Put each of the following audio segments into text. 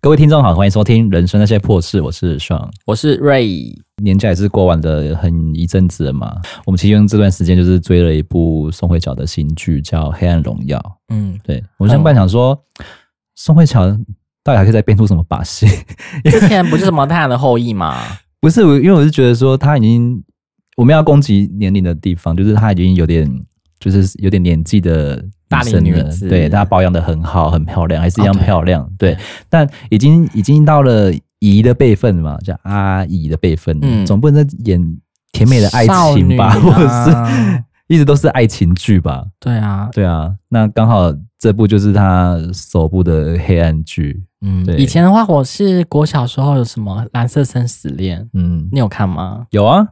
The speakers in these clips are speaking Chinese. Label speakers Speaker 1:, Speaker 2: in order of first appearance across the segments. Speaker 1: 各位听众好，欢迎收听《人生那些破事》，我是爽。
Speaker 2: 我是 Ray，
Speaker 1: 年假也是过完的很一阵子了嘛，我们其中这段时间就是追了一部宋慧乔的新剧，叫《黑暗荣耀》。
Speaker 2: 嗯，
Speaker 1: 对我原本想说，宋慧乔到底还可以再变出什么把戏？
Speaker 2: 之前不是什么太阳的后裔嘛，
Speaker 1: 不是，我因为我是觉得说他已经我们要攻击年龄的地方，就是他已经有点就是有点年纪的
Speaker 2: 大龄
Speaker 1: 生
Speaker 2: 女
Speaker 1: 了
Speaker 2: 子
Speaker 1: 对她保养的很好，很漂亮，还是一样
Speaker 2: 哦对
Speaker 1: 漂亮，对，但已经已经到了姨的辈分嘛，叫阿姨的辈分，
Speaker 2: 嗯
Speaker 1: 总不能再演甜美的爱
Speaker 2: 少
Speaker 1: 情
Speaker 2: 女
Speaker 1: 吧，
Speaker 2: 啊
Speaker 1: 或者是一直都是爱情剧吧，
Speaker 2: 对啊，
Speaker 1: 对啊，那刚好这部就是她首部的黑暗剧，
Speaker 2: 嗯
Speaker 1: 对，
Speaker 2: 以前的话，我是国小时候有什么蓝色生死恋，
Speaker 1: 嗯，
Speaker 2: 你有看吗？
Speaker 1: 有啊，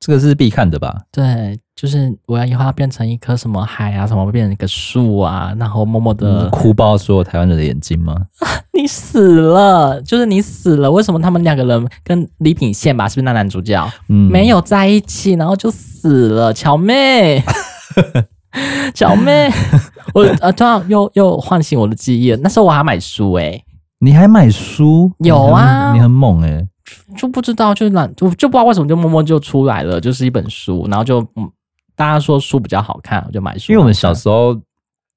Speaker 1: 这个是必看的吧？
Speaker 2: 对，就是我要以后要变成一棵什么海啊，什么变成一个树啊，然后默默的、
Speaker 1: 嗯哭爆所有台湾人的眼睛吗？
Speaker 2: 你死了，就是你死了，为什么他们两个人跟李秉宪吧，是不是那男主角、
Speaker 1: 嗯，
Speaker 2: 没有在一起，然后就死了，乔妹。乔妹，我呃，突然又又唤醒我的记忆了。那时候我还买书欸诶、
Speaker 1: 你还买书？
Speaker 2: 有啊
Speaker 1: 你很猛哎、
Speaker 2: 就不知道，就懒，就就不知道为什么就默默就出来了，就是一本书，然后就嗯，大家说书比较好看，我就买书。
Speaker 1: 因为我们小时候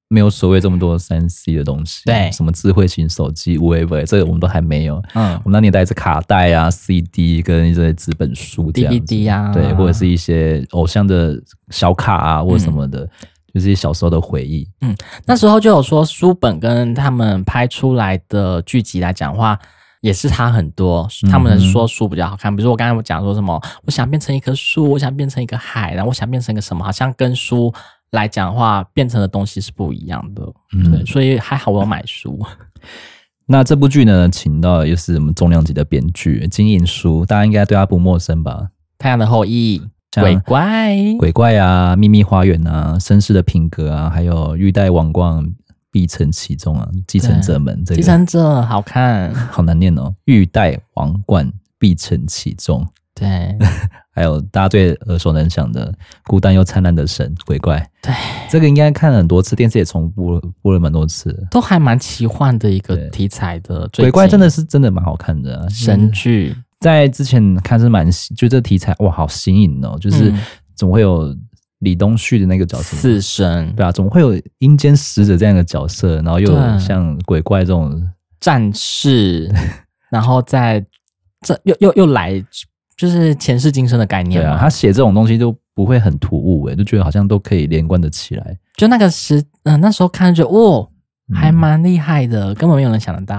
Speaker 1: 没有所谓这么多三 C 的东西，
Speaker 2: 对
Speaker 1: 什么智慧型手机、whatever，这个我们都还没有。
Speaker 2: 嗯
Speaker 1: 我们那年代是卡带啊、CD 跟一些纸本书这样子
Speaker 2: DVD 啊，嗯
Speaker 1: 对，或者是一些偶像的小卡啊或什么的，就是一些小时候的回忆。
Speaker 2: 那时候就有说书本跟他们拍出来的剧集来讲话。也是差很多，他
Speaker 1: 嗯
Speaker 2: 们
Speaker 1: 哼
Speaker 2: 说书比较好看。比如说我刚才我讲说什么，我想变成一棵树，我想变成一个海，然后我想变成一个什么，好像跟书来讲的话，变成的东西是不一样的。
Speaker 1: 嗯
Speaker 2: 对，所以还好我有买书。
Speaker 1: 那这部剧呢，请到的又是我们重量级的编剧金银淑，大家应该对他不陌生吧？
Speaker 2: 太阳的后裔，
Speaker 1: 像
Speaker 2: 鬼怪，
Speaker 1: 鬼怪啊、秘密花园啊、绅士的品格啊，还有欲戴王冠必承其重啊，继承者们这
Speaker 2: 继
Speaker 1: 个
Speaker 2: 承者好看，
Speaker 1: 好难念哦，欲戴王冠必承其重，
Speaker 2: 对
Speaker 1: 还有大家最耳熟能详的孤单又灿烂的神鬼怪，
Speaker 2: 对，
Speaker 1: 这个应该看了很多次，电视也重播了播了蛮多次的。
Speaker 2: 都还蛮奇幻的一个
Speaker 1: 对
Speaker 2: 题材的。最
Speaker 1: 鬼怪
Speaker 2: 近
Speaker 1: 真的是真的蛮好看的、啊，
Speaker 2: 神剧，
Speaker 1: 在之前看是蛮新就这题材哇，好新颖哦，就是
Speaker 2: 嗯
Speaker 1: 总会有李东旭的那个角色
Speaker 2: 死神
Speaker 1: 对啊，总会有阴间使者这样的角色，然后又有
Speaker 2: 对
Speaker 1: 像鬼怪这种，
Speaker 2: 战士， 然后再这又又又来，就是前世今生的概
Speaker 1: 对
Speaker 2: 念
Speaker 1: 啊，
Speaker 2: 嘛。
Speaker 1: 他写这种东西就不会很突兀诶、欸就觉得好像都可以连贯的起来。
Speaker 2: 就那个时，嗯、那时候看着哇，
Speaker 1: 嗯
Speaker 2: 还蛮厉害的，根本没有人想得到。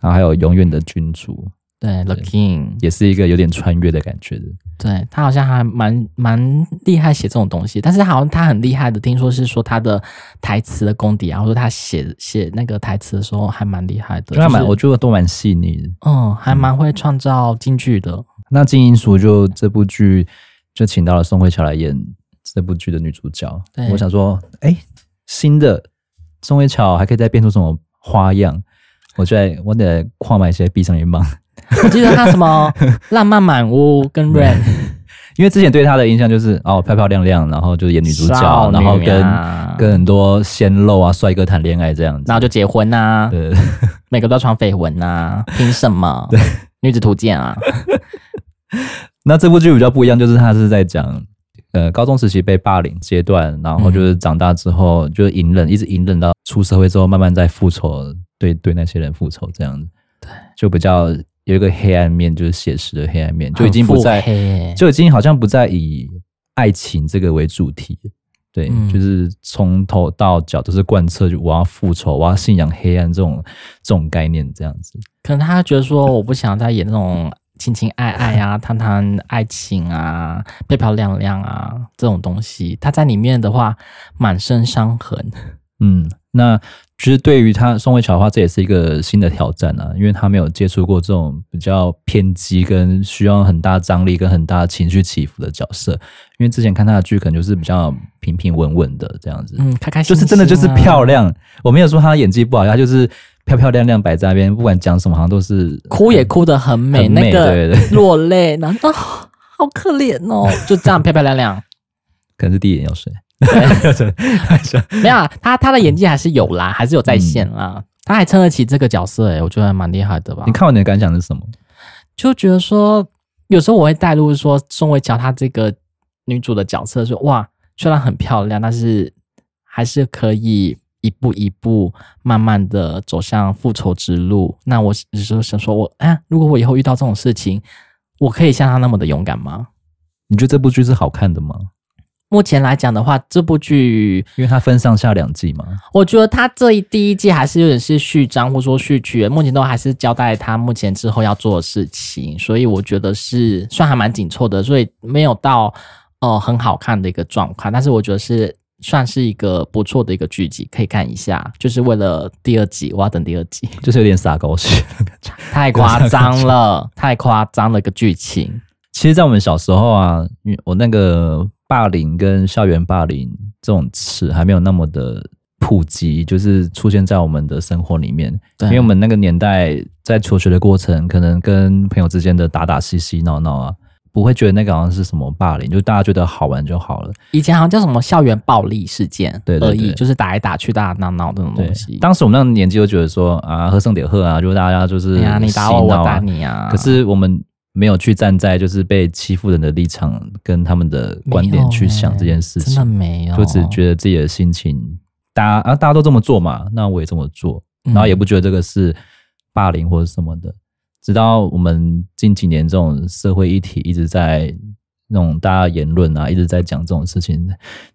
Speaker 1: 然后还有永远的君主，
Speaker 2: 对，The
Speaker 1: 对
Speaker 2: King，
Speaker 1: 也是一个有点穿越的感觉的。
Speaker 2: 对他好像还蛮蛮厉害写这种东西，但是他好像他很厉害的，听说是说他的台词的功底啊，或者他写写那个台词的时候还蛮厉害的，
Speaker 1: 就还蛮，
Speaker 2: 是
Speaker 1: 我觉得都蛮细腻的。
Speaker 2: 嗯，还蛮会创造京 剧的。
Speaker 1: 那金银淑就这部剧就请到了宋慧乔来演这部剧的女主角
Speaker 2: 对。
Speaker 1: 我想说，哎、新的宋慧乔还可以再变出什么花样？我在我得跨买一些闭上眼盲。
Speaker 2: 我记得他什么《浪漫满屋》跟《Rain
Speaker 1: 因为之前对她的印象就是哦，漂漂亮亮，然后就演》女主角，
Speaker 2: 少女啊
Speaker 1: 然后跟跟很多鲜肉啊、帅哥谈恋爱这样子
Speaker 2: 然。后就结婚啊呐、
Speaker 1: 对，
Speaker 2: 每个都要传绯闻 呐、凭什么？女子图鉴啊，
Speaker 1: 那这部剧比较不一样，就是她是在讲呃高中时期被霸凌阶段，然后就是长大之后就是隐忍，一直隐忍到出社会之后，慢慢在复仇，对对那些人复仇这样子。对，就比较有一个黑暗面，就是写实的黑暗面，就已经不
Speaker 2: 很
Speaker 1: 再
Speaker 2: 腹黑
Speaker 1: 就已经好像不再以爱情这个为主题，对，
Speaker 2: 嗯
Speaker 1: 就是从头到脚都是贯彻我要复仇，我要信仰黑暗这种这种概念，这样子。
Speaker 2: 可能他觉得说我不想再演那种情情爱爱 啊、谈谈爱情啊、漂漂亮亮啊这种东西。他在里面的话，满身伤痕。
Speaker 1: 嗯，那其实对于他宋慧乔的话，这也是一个新的挑战啊，因为他没有接触过这种比较偏激、跟需要很大张力、跟很大情绪起伏的角色。因为之前看他的剧，可能就是比较平平稳稳的这样子。
Speaker 2: 嗯，开开心
Speaker 1: 就
Speaker 2: 心、
Speaker 1: 是真的啊就是漂，亮，我没有说她演技不好，她就是漂漂亮亮摆在那边，不管讲什么好像都是
Speaker 2: 哭也哭得很美，
Speaker 1: 很美
Speaker 2: 那个
Speaker 1: 对对
Speaker 2: 落泪，然后、哦、 好可怜哦，就这样漂漂亮亮。
Speaker 1: 可能是第一眼 药水。
Speaker 2: 没有啊，他他的演技还是有啦，还是有在线啦。他还撑得起这个角色、欸，我觉得还蛮厉害的吧
Speaker 1: 你。看完你的感想是什么？
Speaker 2: 就觉得说，有时候我会带入说，宋慧乔她这个女主的角色说，哇，虽然很漂亮，但是还是可以一步一步慢慢的走向复仇之路。那我只是想说我，啊，如果我以后遇到这种事情，我可以像她那么的勇敢吗？
Speaker 1: 你觉得这部剧是好看的吗？
Speaker 2: 目前来讲的话，这部剧
Speaker 1: 因为它分上下两季嘛，
Speaker 2: 我觉得他这一第一季还是有点是序章或说序曲，目前都还是交代他目前之后要做的事情，所以我觉得是算还蛮紧凑的，所以没有到呃很好看的一个状况，但是我觉得是算是一个不错的一个剧集，可以看一下，就是为了第二集，我要等第二集，
Speaker 1: 就是有点撒狗血。
Speaker 2: 太夸张 了，太夸张了一个剧情，
Speaker 1: 其实，在我们小时候啊，因为我那个霸凌跟校园霸凌这种词还没有那么的普及，就是出现在我们的生活里面。
Speaker 2: 对
Speaker 1: 因为我们那个年代在求学的过程，可能跟朋友之间的打打嬉嬉闹闹啊，不会觉得那个好像是什么霸凌，就大家觉得好玩就好了。
Speaker 2: 以前好像叫什么校园暴力事件
Speaker 1: 对对
Speaker 2: 而已，
Speaker 1: 对
Speaker 2: 就是打来打去、打打闹闹这种
Speaker 1: 对
Speaker 2: 东西，。
Speaker 1: 当时我们那个年纪就觉得说啊，喝剩点喝啊，就大家就是
Speaker 2: 哎呀，你打我，
Speaker 1: 嬉
Speaker 2: 我
Speaker 1: 闹啊
Speaker 2: 打你啊！
Speaker 1: 可是我们没有去站在就是被欺负人的立场跟他们的观点去想这件事
Speaker 2: 真的
Speaker 1: 情，
Speaker 2: 没有，
Speaker 1: 就只觉得自己的心情，大家啊大家都这么做嘛，那我也这么做，
Speaker 2: 嗯
Speaker 1: 然后也不觉得这个是霸凌或者什么的。直到我们近几年这种社会议题一直在那种大家言论啊，一直在讲这种事情，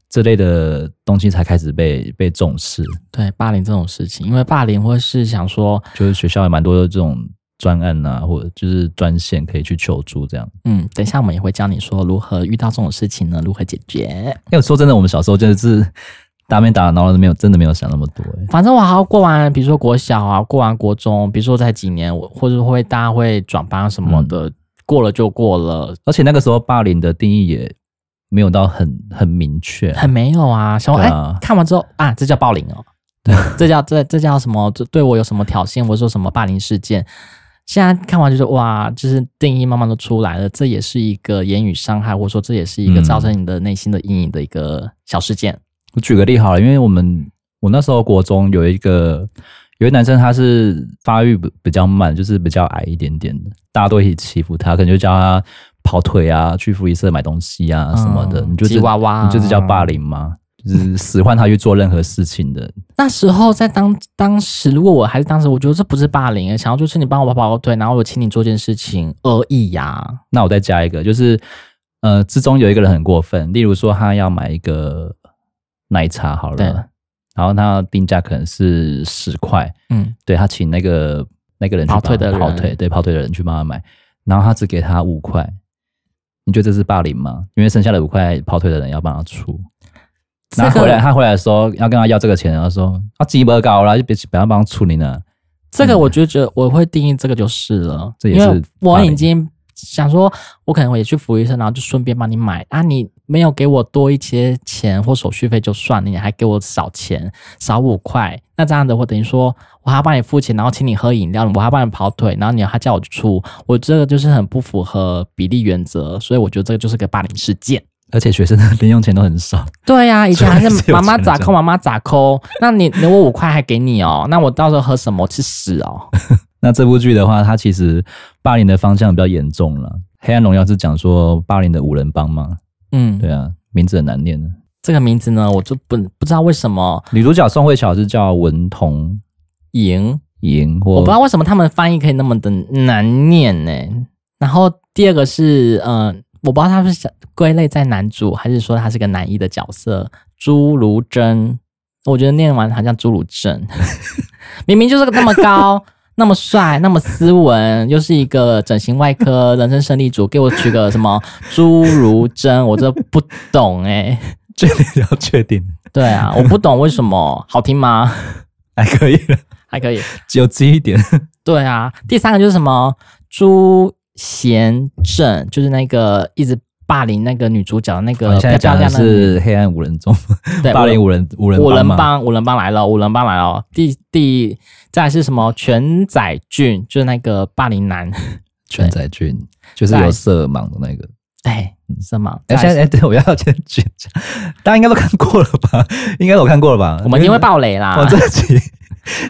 Speaker 1: 这类的东西才开始被被重视。
Speaker 2: 对霸凌这种事情，因为霸凌或是想说，
Speaker 1: 就是学校也蛮多的这种专案啊，或者就是专线可以去求助这样。
Speaker 2: 嗯，等一下我们也会教你说如何遇到这种事情呢，如何解决。
Speaker 1: 因为哎说真的，我们小时候真的是打没打，然后没有真的没有想那么多、欸。
Speaker 2: 反正我好好过完，比如说国小啊，过完国中，比如说在几年，我或者会大家会转班什
Speaker 1: 嗯
Speaker 2: 么的，过了就过了，
Speaker 1: 而且那个时候霸凌的定义也没有到很很明确啊、
Speaker 2: 很没有啊。想说，哎、
Speaker 1: 对啊
Speaker 2: 看完之后啊，这叫暴凌哦， 这叫这这叫什么？这对我有什么挑衅，或者说什么霸凌事件？现在看完就是哇，就是定义慢慢都出来了，这也是一个言语伤害，或者说这也是一个
Speaker 1: 嗯
Speaker 2: 造成你的内心的阴影的一个小事件。
Speaker 1: 我举个例好了，因为我们我那时候国中有一个有一个男生，他是发育比比较慢，就是比较矮一点点的，大家都一起欺负他，可能就叫他跑腿啊，去福利社买东西啊什么的，
Speaker 2: 嗯
Speaker 1: 你就
Speaker 2: 吉娃娃啊
Speaker 1: 你就这叫霸凌吗？就是使唤他去做任何事情的，
Speaker 2: 那时候在当当时，如果我还是当时，我觉得这不是霸凌，想要就是你帮我跑跑腿，然后我请你做件事情而已呀、
Speaker 1: 那我再加一个，就是呃，之中有一个人很过分，例如说他要买一个奶茶好
Speaker 2: 对
Speaker 1: 了，然后他定价可能是十块，
Speaker 2: 嗯，
Speaker 1: 对他请那个那个人去
Speaker 2: 跑腿
Speaker 1: 帮
Speaker 2: 的
Speaker 1: 他跑
Speaker 2: 人
Speaker 1: 腿，对跑腿的人去帮他买，然后他只给他五块，你觉得这是霸凌吗？因为剩下的五块跑腿的人要帮他出。
Speaker 2: 这
Speaker 1: 那他回来，
Speaker 2: 个
Speaker 1: 他回来说要跟他要这个钱，然后说啊，鸡巴高啦，就别不要帮他处理了。
Speaker 2: 这个我就觉得我会定义这个就是了，
Speaker 1: 嗯这也
Speaker 2: 因
Speaker 1: 是
Speaker 2: 为我
Speaker 1: 霸凌
Speaker 2: 已经想说，我可能我也去服务医生，然后就顺便帮你买啊，你没有给我多一些钱或手续费就算了，你还给我少钱，少五块，那这样的我等于说我还要帮你付钱，然后请你喝饮料，我还要帮你跑腿，然后你还叫我出，我这个就是很不符合比例原则，所以我觉得这个就是个霸凌事件。
Speaker 1: 而且学生的 零用钱都很少，
Speaker 2: 对呀、以前还
Speaker 1: 啊所以是
Speaker 2: 是
Speaker 1: 有
Speaker 2: 妈妈
Speaker 1: 钱
Speaker 2: 咋
Speaker 1: 人
Speaker 2: 抠，妈妈咋抠。那你你我五块还给你哦，那我到时候喝什么？我吃屎 哦！
Speaker 1: 那这部剧的话，它其实霸凌的方向比较严重了。黑暗荣耀是讲说霸凌的五人帮嘛？
Speaker 2: 嗯，
Speaker 1: 对啊，名字很难念的。
Speaker 2: 这个名字呢，我就不不知道为什么
Speaker 1: 女主角宋慧乔是叫文童
Speaker 2: 赢，
Speaker 1: 莹，
Speaker 2: 我
Speaker 1: 或
Speaker 2: 不知道为什么他们翻译可以那么的难念呢、然后第二个是，嗯、我不知道他是想归类在男主，还是说他是个男一的角色，朱如真。我觉得念完好像朱如真， 明明就是个那么高、那么帅、那么斯文，又是一个整形外科人生胜利组，给我取个什么朱如真，我这不懂哎、
Speaker 1: 确定要确定，
Speaker 2: 对啊，我不懂为什么好听吗？
Speaker 1: 还可以了，
Speaker 2: 还可以。
Speaker 1: 只有记一点。
Speaker 2: 对啊，第三个就是什么朱贤正，就是那个一直霸凌那个女主角的那个
Speaker 1: 哦现在
Speaker 2: 漂啊
Speaker 1: 讲的
Speaker 2: 漂亮的
Speaker 1: 是黑暗五人中，
Speaker 2: 对
Speaker 1: 霸凌
Speaker 2: 五
Speaker 1: 五人五人
Speaker 2: 五人
Speaker 1: 嘛。
Speaker 2: 帮五人帮来了，五人帮来了。第第再来是什么全宰俊，就是那个霸凌男，
Speaker 1: 全宰俊就是有色盲的那个。
Speaker 2: 对，是吗？
Speaker 1: 哎，现在哎，对，我要先举一下，大家应该都看过了吧？应该都有看过了吧？哦
Speaker 2: 我们一定会爆雷啦
Speaker 1: 我。这集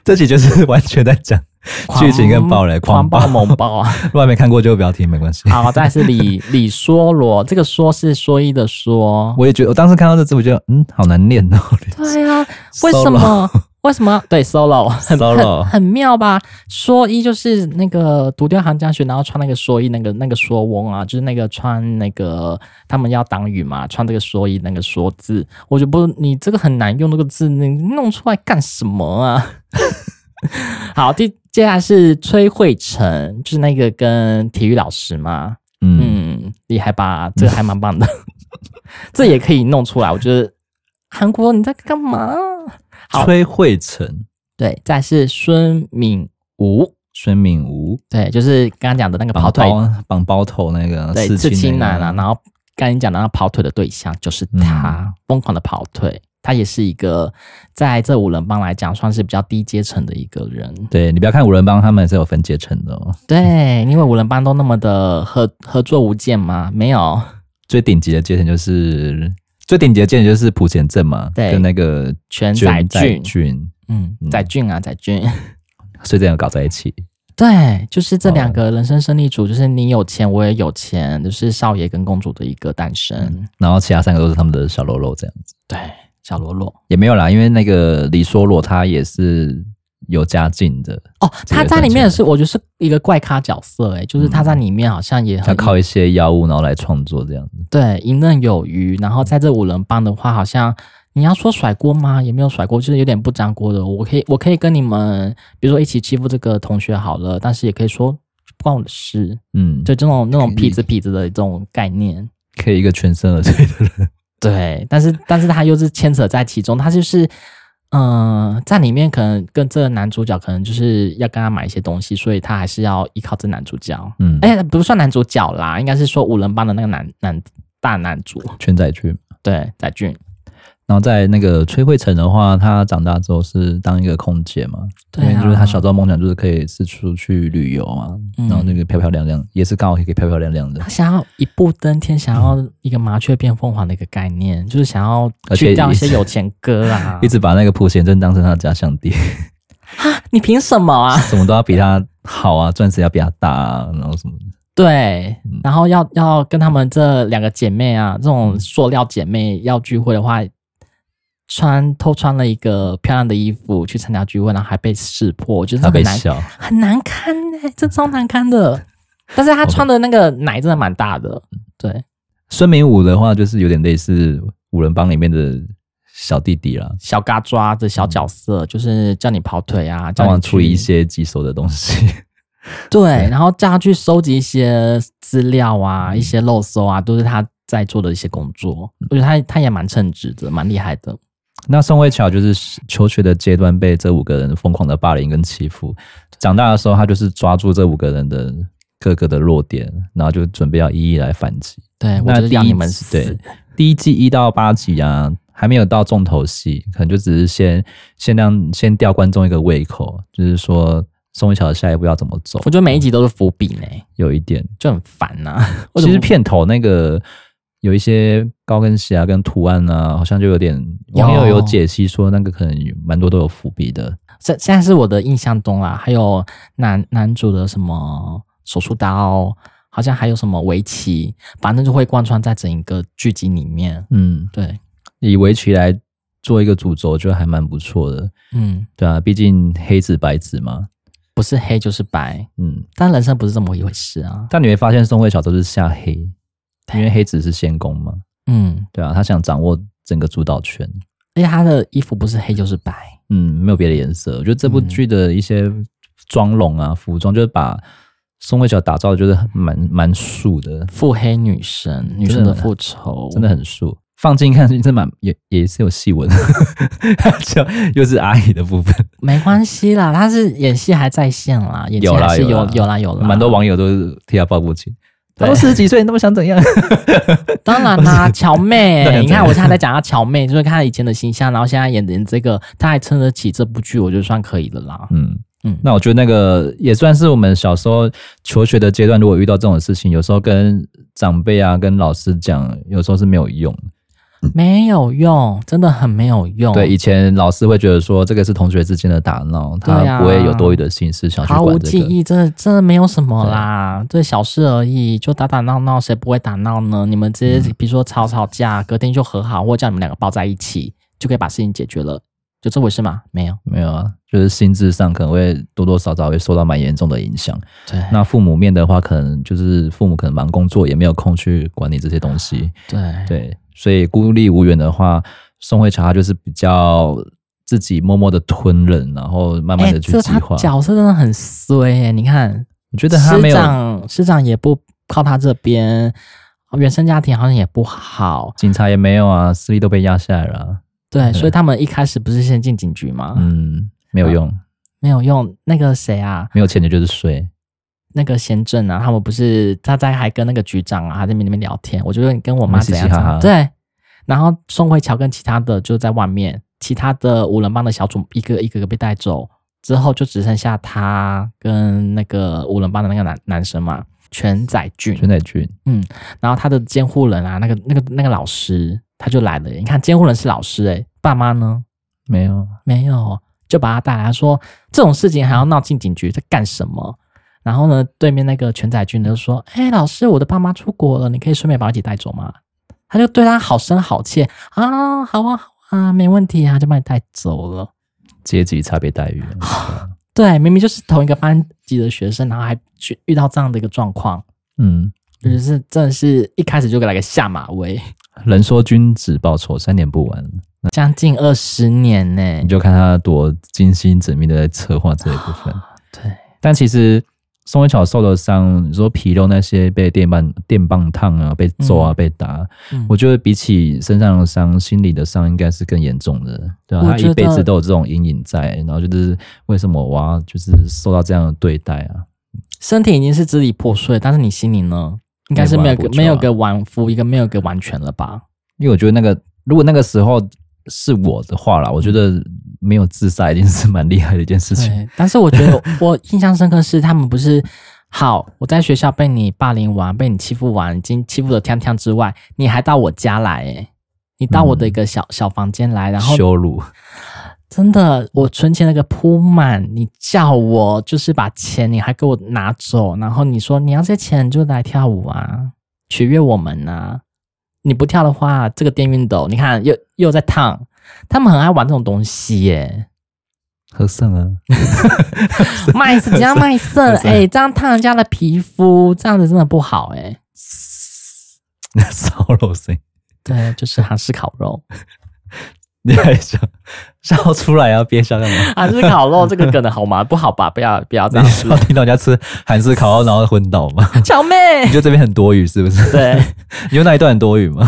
Speaker 1: 这集就是完全在讲剧情跟暴雷，狂
Speaker 2: 狂
Speaker 1: 暴
Speaker 2: 暴。猛暴啊！
Speaker 1: 如果还没看过就不要听，没关系。
Speaker 2: 好，再来是李 李梭罗，这个“说”是说一的“说
Speaker 1: 我也觉得，我当时看到这字，我觉得嗯，好难念哦。”。
Speaker 2: 对啊，为什么？为什么？对，solo 很
Speaker 1: Solo
Speaker 2: 很很妙吧？说一就是那个独钓行家学，然后穿那个蓑衣，那个那个蓑翁啊，就是那个穿那个他们要挡雨嘛，穿这个蓑衣那个蓑字，我就不，你这个很难用那个字，你弄出来干什么啊？好，第接下来是崔慧成，就是那个跟体育老师嘛，
Speaker 1: 嗯，
Speaker 2: 嗯，厉害吧？这个还蛮 棒的，这也可以弄出来。我觉得韩国你在干嘛？好
Speaker 1: 崔慧成、
Speaker 2: 对，再是孙敏吴，
Speaker 1: 孙敏吴、
Speaker 2: 对，就是刚刚讲的那个跑
Speaker 1: 绑
Speaker 2: 腿，
Speaker 1: 包绑包头那个
Speaker 2: 对，刺青
Speaker 1: 青
Speaker 2: 男啊，
Speaker 1: 那
Speaker 2: 然后刚刚讲的那跑腿的对象就是他，疯狂的跑腿，他也是一个在这五人帮来讲算是比较低阶层的一个人
Speaker 1: 个。对你不要看五人帮，他们也是有分阶层的哦。
Speaker 2: 对，因为五人帮都那么的合合作无间嘛，没有，
Speaker 1: 最顶级的阶层就是最顶级的阶层就是朴贤镇嘛，
Speaker 2: 对
Speaker 1: 跟那个
Speaker 2: 全宰
Speaker 1: 卷宰
Speaker 2: 俊
Speaker 1: 俊，
Speaker 2: 嗯，
Speaker 1: 嗯
Speaker 2: 宰俊啊，宰俊。
Speaker 1: 所以这样搞在一起。
Speaker 2: 对，就是这两
Speaker 1: 哦
Speaker 2: 个人生胜利组，就是你有钱，我也有钱，就是少爷跟公主的一个诞生。
Speaker 1: 然后其他三个都是他们的小喽啰，这样子
Speaker 2: 对，小罗罗
Speaker 1: 也没有啦，因为那个李梭罗他也是有家境的，
Speaker 2: 哦，
Speaker 1: 这
Speaker 2: 他
Speaker 1: 个
Speaker 2: 在
Speaker 1: 诞
Speaker 2: 里面
Speaker 1: 生
Speaker 2: 是我就是一个怪咖角色、欸，就是他在里面好像也
Speaker 1: 要
Speaker 2: 很
Speaker 1: 靠一些药物然后来创作这样子。
Speaker 2: 对游刃有余。然后在这五人帮的话，好像你要说甩锅吗？也没有甩锅，就是有点不粘锅的。我可以，我可以跟你们，比如说一起欺负这个同学好了，但是也可以说不关我的事，
Speaker 1: 嗯，
Speaker 2: 就这种那种
Speaker 1: 可以
Speaker 2: 痞子痞子的这种概念。
Speaker 1: 可以一个全身而 退的人，
Speaker 2: 对，但是但是他又是牵扯在其中，他就是，嗯、在里面可能跟这个男主角可能就是要跟他买一些东西，所以他还是要依靠这男主角。
Speaker 1: 嗯，
Speaker 2: 哎、不算男主角啦，应该是说五人帮的那个男男大男主，
Speaker 1: 全载去。
Speaker 2: 对，载俊，
Speaker 1: 然后在那个崔慧成的话，他长大之后是当一个空姐嘛，
Speaker 2: 对啊
Speaker 1: 因为就是他小时候梦想就是可以四处去旅游嘛，
Speaker 2: 嗯啊
Speaker 1: 然后那个漂漂亮亮，也是刚好可以漂漂亮亮的
Speaker 2: 他，想要一步登天，想要一个麻雀变凤凰的一个概念，就是想要
Speaker 1: 而且
Speaker 2: 去掉
Speaker 1: 一
Speaker 2: 一些
Speaker 1: 直
Speaker 2: 有钱哥 啊
Speaker 1: 一。直把那个普贤镇当成他的假想 敌，
Speaker 2: 啊，你凭什么啊？
Speaker 1: 什么都要比他好啊，钻石要比他大啊，然后什么的。
Speaker 2: 对，
Speaker 1: 嗯
Speaker 2: 然后要要跟他们这两个姐妹啊，这种塑料姐妹要聚会的话，穿偷穿了一个漂亮的衣服去参加聚会，然后还被识破，我觉得
Speaker 1: 他
Speaker 2: 这很
Speaker 1: 被嗯
Speaker 2: 难
Speaker 1: 笑，
Speaker 2: 很难堪呢、这超难堪的。但是她穿的那个奶真的蛮大的，
Speaker 1: 嗯
Speaker 2: 对，
Speaker 1: 孙明武的话，就是有点类似五人帮里面的小弟弟啦，
Speaker 2: 小嘎抓的小角
Speaker 1: 嗯
Speaker 2: 色，就是叫你跑腿啊，
Speaker 1: 帮
Speaker 2: 叫
Speaker 1: 忙
Speaker 2: 你
Speaker 1: 处理一
Speaker 2: 去
Speaker 1: 些棘手的东西。
Speaker 2: 对，然后叫他去收集一些资料
Speaker 1: 嗯
Speaker 2: 啊，一些漏搜啊，都是他在做的一些工作。我觉得他他也蛮称职的，蛮厉害的。
Speaker 1: 那宋慧乔就是求学的阶段被这五个人疯狂的霸凌跟欺负，长大的时候他就是抓住这五个人的各个的弱点，然后就准备要一一来反击。
Speaker 2: 对，哎我
Speaker 1: 那
Speaker 2: 就是
Speaker 1: 第
Speaker 2: 要
Speaker 1: 一
Speaker 2: 你们
Speaker 1: 集
Speaker 2: 死。
Speaker 1: 对第一季一到八集啊，还没有到重头戏，可能就只是先先让先吊观众一个胃口，就是说宋慧乔的下一步要怎么走
Speaker 2: 我，觉得每一集都是伏笔呢，
Speaker 1: 有一点。
Speaker 2: 就很烦啊呐、 为什
Speaker 1: 其
Speaker 2: 么
Speaker 1: 实片头那个有一些高跟鞋啊，跟图案啊，好像就有点
Speaker 2: 有
Speaker 1: 网友有解析说，那个可能有蛮多都有伏笔的。
Speaker 2: 现现在是我的印象中啦，还有男男主的什么手术刀，好像还有什么围棋，反正就会贯穿在整一个剧集里面。
Speaker 1: 嗯，
Speaker 2: 对，
Speaker 1: 以围棋来做一个主轴，就还蛮不错的。
Speaker 2: 嗯，
Speaker 1: 对啊，毕竟黑子白子嘛。
Speaker 2: 不是黑就是白，
Speaker 1: 嗯，
Speaker 2: 但人生不是这么一回事啊。
Speaker 1: 但你会发现宋慧乔都是下黑，因
Speaker 2: 对
Speaker 1: 为黑子是仙宫嘛。
Speaker 2: 嗯，
Speaker 1: 对啊，他想掌握整个主导权。
Speaker 2: 而且他的衣服不是黑就是白。
Speaker 1: 嗯，没有别的颜色。我觉得这部剧的一些妆容啊、服装，就是把宋慧乔打造的就是很蛮蛮素的，
Speaker 2: 腹黑女神，女神的复仇，
Speaker 1: 真的很素。放近看，这蛮也也是有细纹， 就又是阿姨的部分，
Speaker 2: 没关系啦。她是演戏还在线啦，演技
Speaker 1: 有啦
Speaker 2: 还是
Speaker 1: 有
Speaker 2: 有
Speaker 1: 啦
Speaker 2: 有啦有啦，
Speaker 1: 蛮多网友都是替她抱不平。她
Speaker 2: 对
Speaker 1: 都四十几岁，你那么想怎 样？
Speaker 2: 当然 啦，乔妹、
Speaker 1: 那两
Speaker 2: 你
Speaker 1: 种
Speaker 2: 看我现在在讲她乔妹，就是看她以前的形象，然后现在演的这个，她还撑得起这部剧，我觉得算可以的啦。
Speaker 1: 嗯
Speaker 2: 嗯
Speaker 1: 那我觉得那个也算是我们小时候求学的阶段，如
Speaker 2: 哦
Speaker 1: 果遇到这种事情，有时候跟长辈啊、跟老师讲，有时候是没有用的。
Speaker 2: 没有用，真的很没有用，
Speaker 1: 对，以前老师会觉得说这个是同学之间的打闹，
Speaker 2: 对
Speaker 1: 他
Speaker 2: 啊
Speaker 1: 不会有多余的心思想去
Speaker 2: 毫无
Speaker 1: 管这
Speaker 2: 记
Speaker 1: 个。
Speaker 2: 忆，真的真的没有什么啦，对小事而已，就打打闹闹，谁不会打闹呢？你们直
Speaker 1: 嗯
Speaker 2: 接比如说吵吵架，隔天就和好，或者叫你们两个抱在一起，就可以把事情解决了，就这回事吗？没有，
Speaker 1: 没有啊，就是心智上可能会多多少少会受到蛮严重的影响。
Speaker 2: 对
Speaker 1: 那父母面的话，可能就是父母可能忙工作，也没有空去管你这些东西。
Speaker 2: 对
Speaker 1: 对，所以孤立无援的话，宋慧乔她就是比较自己默默的吞忍，然后慢慢
Speaker 2: 哎，
Speaker 1: 的去
Speaker 2: 这
Speaker 1: 计
Speaker 2: 他
Speaker 1: 划。
Speaker 2: 角色真的很衰哎、你看，
Speaker 1: 我觉得她没
Speaker 2: 师
Speaker 1: 有
Speaker 2: 长师长也不靠他这边，呃原生家庭好像也不好，
Speaker 1: 警察也没有啊，私立都被压下来了啊、
Speaker 2: 对，所以他们一开始不是先进警局吗？
Speaker 1: 嗯，没有用，
Speaker 2: 没有用，那个谁啊，
Speaker 1: 没有钱的就是睡。
Speaker 2: 那个贤正啊，他们不是他在还跟那个局长啊，还在那边那边聊天。我就问你跟我妈
Speaker 1: 嗯
Speaker 2: 怎样
Speaker 1: 嘻
Speaker 2: 怎
Speaker 1: 嘻哈
Speaker 2: 样
Speaker 1: 哈
Speaker 2: 对。然后宋慧乔跟其他的就在外面，其他的五人帮的小组一个一个个被带走，之后就只剩下他跟那个五人帮的那个男男生嘛，全宰俊。
Speaker 1: 全乃俊，
Speaker 2: 然后他的监护人啊，那个那个那个老师他就来了。你看监护人是老师诶、爸妈呢
Speaker 1: 没有，
Speaker 2: 没有，就把他带来。他说这种事情还要闹进警局，在干什么？然后呢，对面那个全仔君就说：“哎、老师，我的爸妈出国了，你可以顺便把我一起带走吗？”他就对他好声好气啊，好啊，好啊，没问题啊，就把你带走了。
Speaker 1: 阶级差别待遇。
Speaker 2: 对，明明就是同一个班级的学生，然后还去遇到这样的一个状况，
Speaker 1: 嗯，
Speaker 2: 就是真的是一开始就来个下马威，
Speaker 1: 人说君子报仇，三年不晚。
Speaker 2: 将近二十年呢、
Speaker 1: 你就看他多精心缜密的策划这一部分。
Speaker 2: 啊对，
Speaker 1: 但其实宋慧乔受的伤，你说皮肉那些被电棒电棒烫啊，被揍啊，被打，
Speaker 2: 嗯
Speaker 1: 我觉得比起身上的伤，心里的伤应该是更严重的。对啊，
Speaker 2: 我
Speaker 1: 他
Speaker 2: 觉
Speaker 1: 一
Speaker 2: 得
Speaker 1: 辈子都有这种阴影在，然后就是为什么我要就是受到这样的对待啊？
Speaker 2: 身体已经是支离破碎，但是你心里呢，应该是没有
Speaker 1: 没完不救
Speaker 2: 个
Speaker 1: 啊
Speaker 2: 没有个完肤，一个没有个完全了吧？
Speaker 1: 因为我觉得那个如果那个时候是我的话啦，我觉得没有自杀已经是蛮厉害的一件事情。
Speaker 2: 对，但是我觉得我印象深刻是他们不是好，我在学校被你霸凌完，被你欺负完，已经欺负的跳跳之外，你还到我家来、欸，你到我的一个小、小房间来，然后
Speaker 1: 羞辱，
Speaker 2: 真的我存钱那个铺满，你叫我就是把钱你还给我拿走，然后你说你要这些钱你就来跳舞啊，取悦我们啊，你不跳的话，这个电熨斗你看又又在烫，他们很爱玩这种东西耶、
Speaker 1: 和尚啊，
Speaker 2: 卖肾，只要卖肾，
Speaker 1: 是啊
Speaker 2: 哎、这样烫人家的皮肤，这样子真的不好哎、
Speaker 1: 骚扰谁？
Speaker 2: 对，就是韩式烤肉，
Speaker 1: 你还想笑出来啊？憋笑干 嘛？
Speaker 2: 韩式烤肉这个梗的好吗？不好吧？不要不要这 样
Speaker 1: 你
Speaker 2: 子
Speaker 1: 是，要听到人家吃韩式烤肉然后昏倒 吗？
Speaker 2: 乔妹，
Speaker 1: 你觉得这边很多余是不是？
Speaker 2: 对，
Speaker 1: 你觉得那一段很多余吗？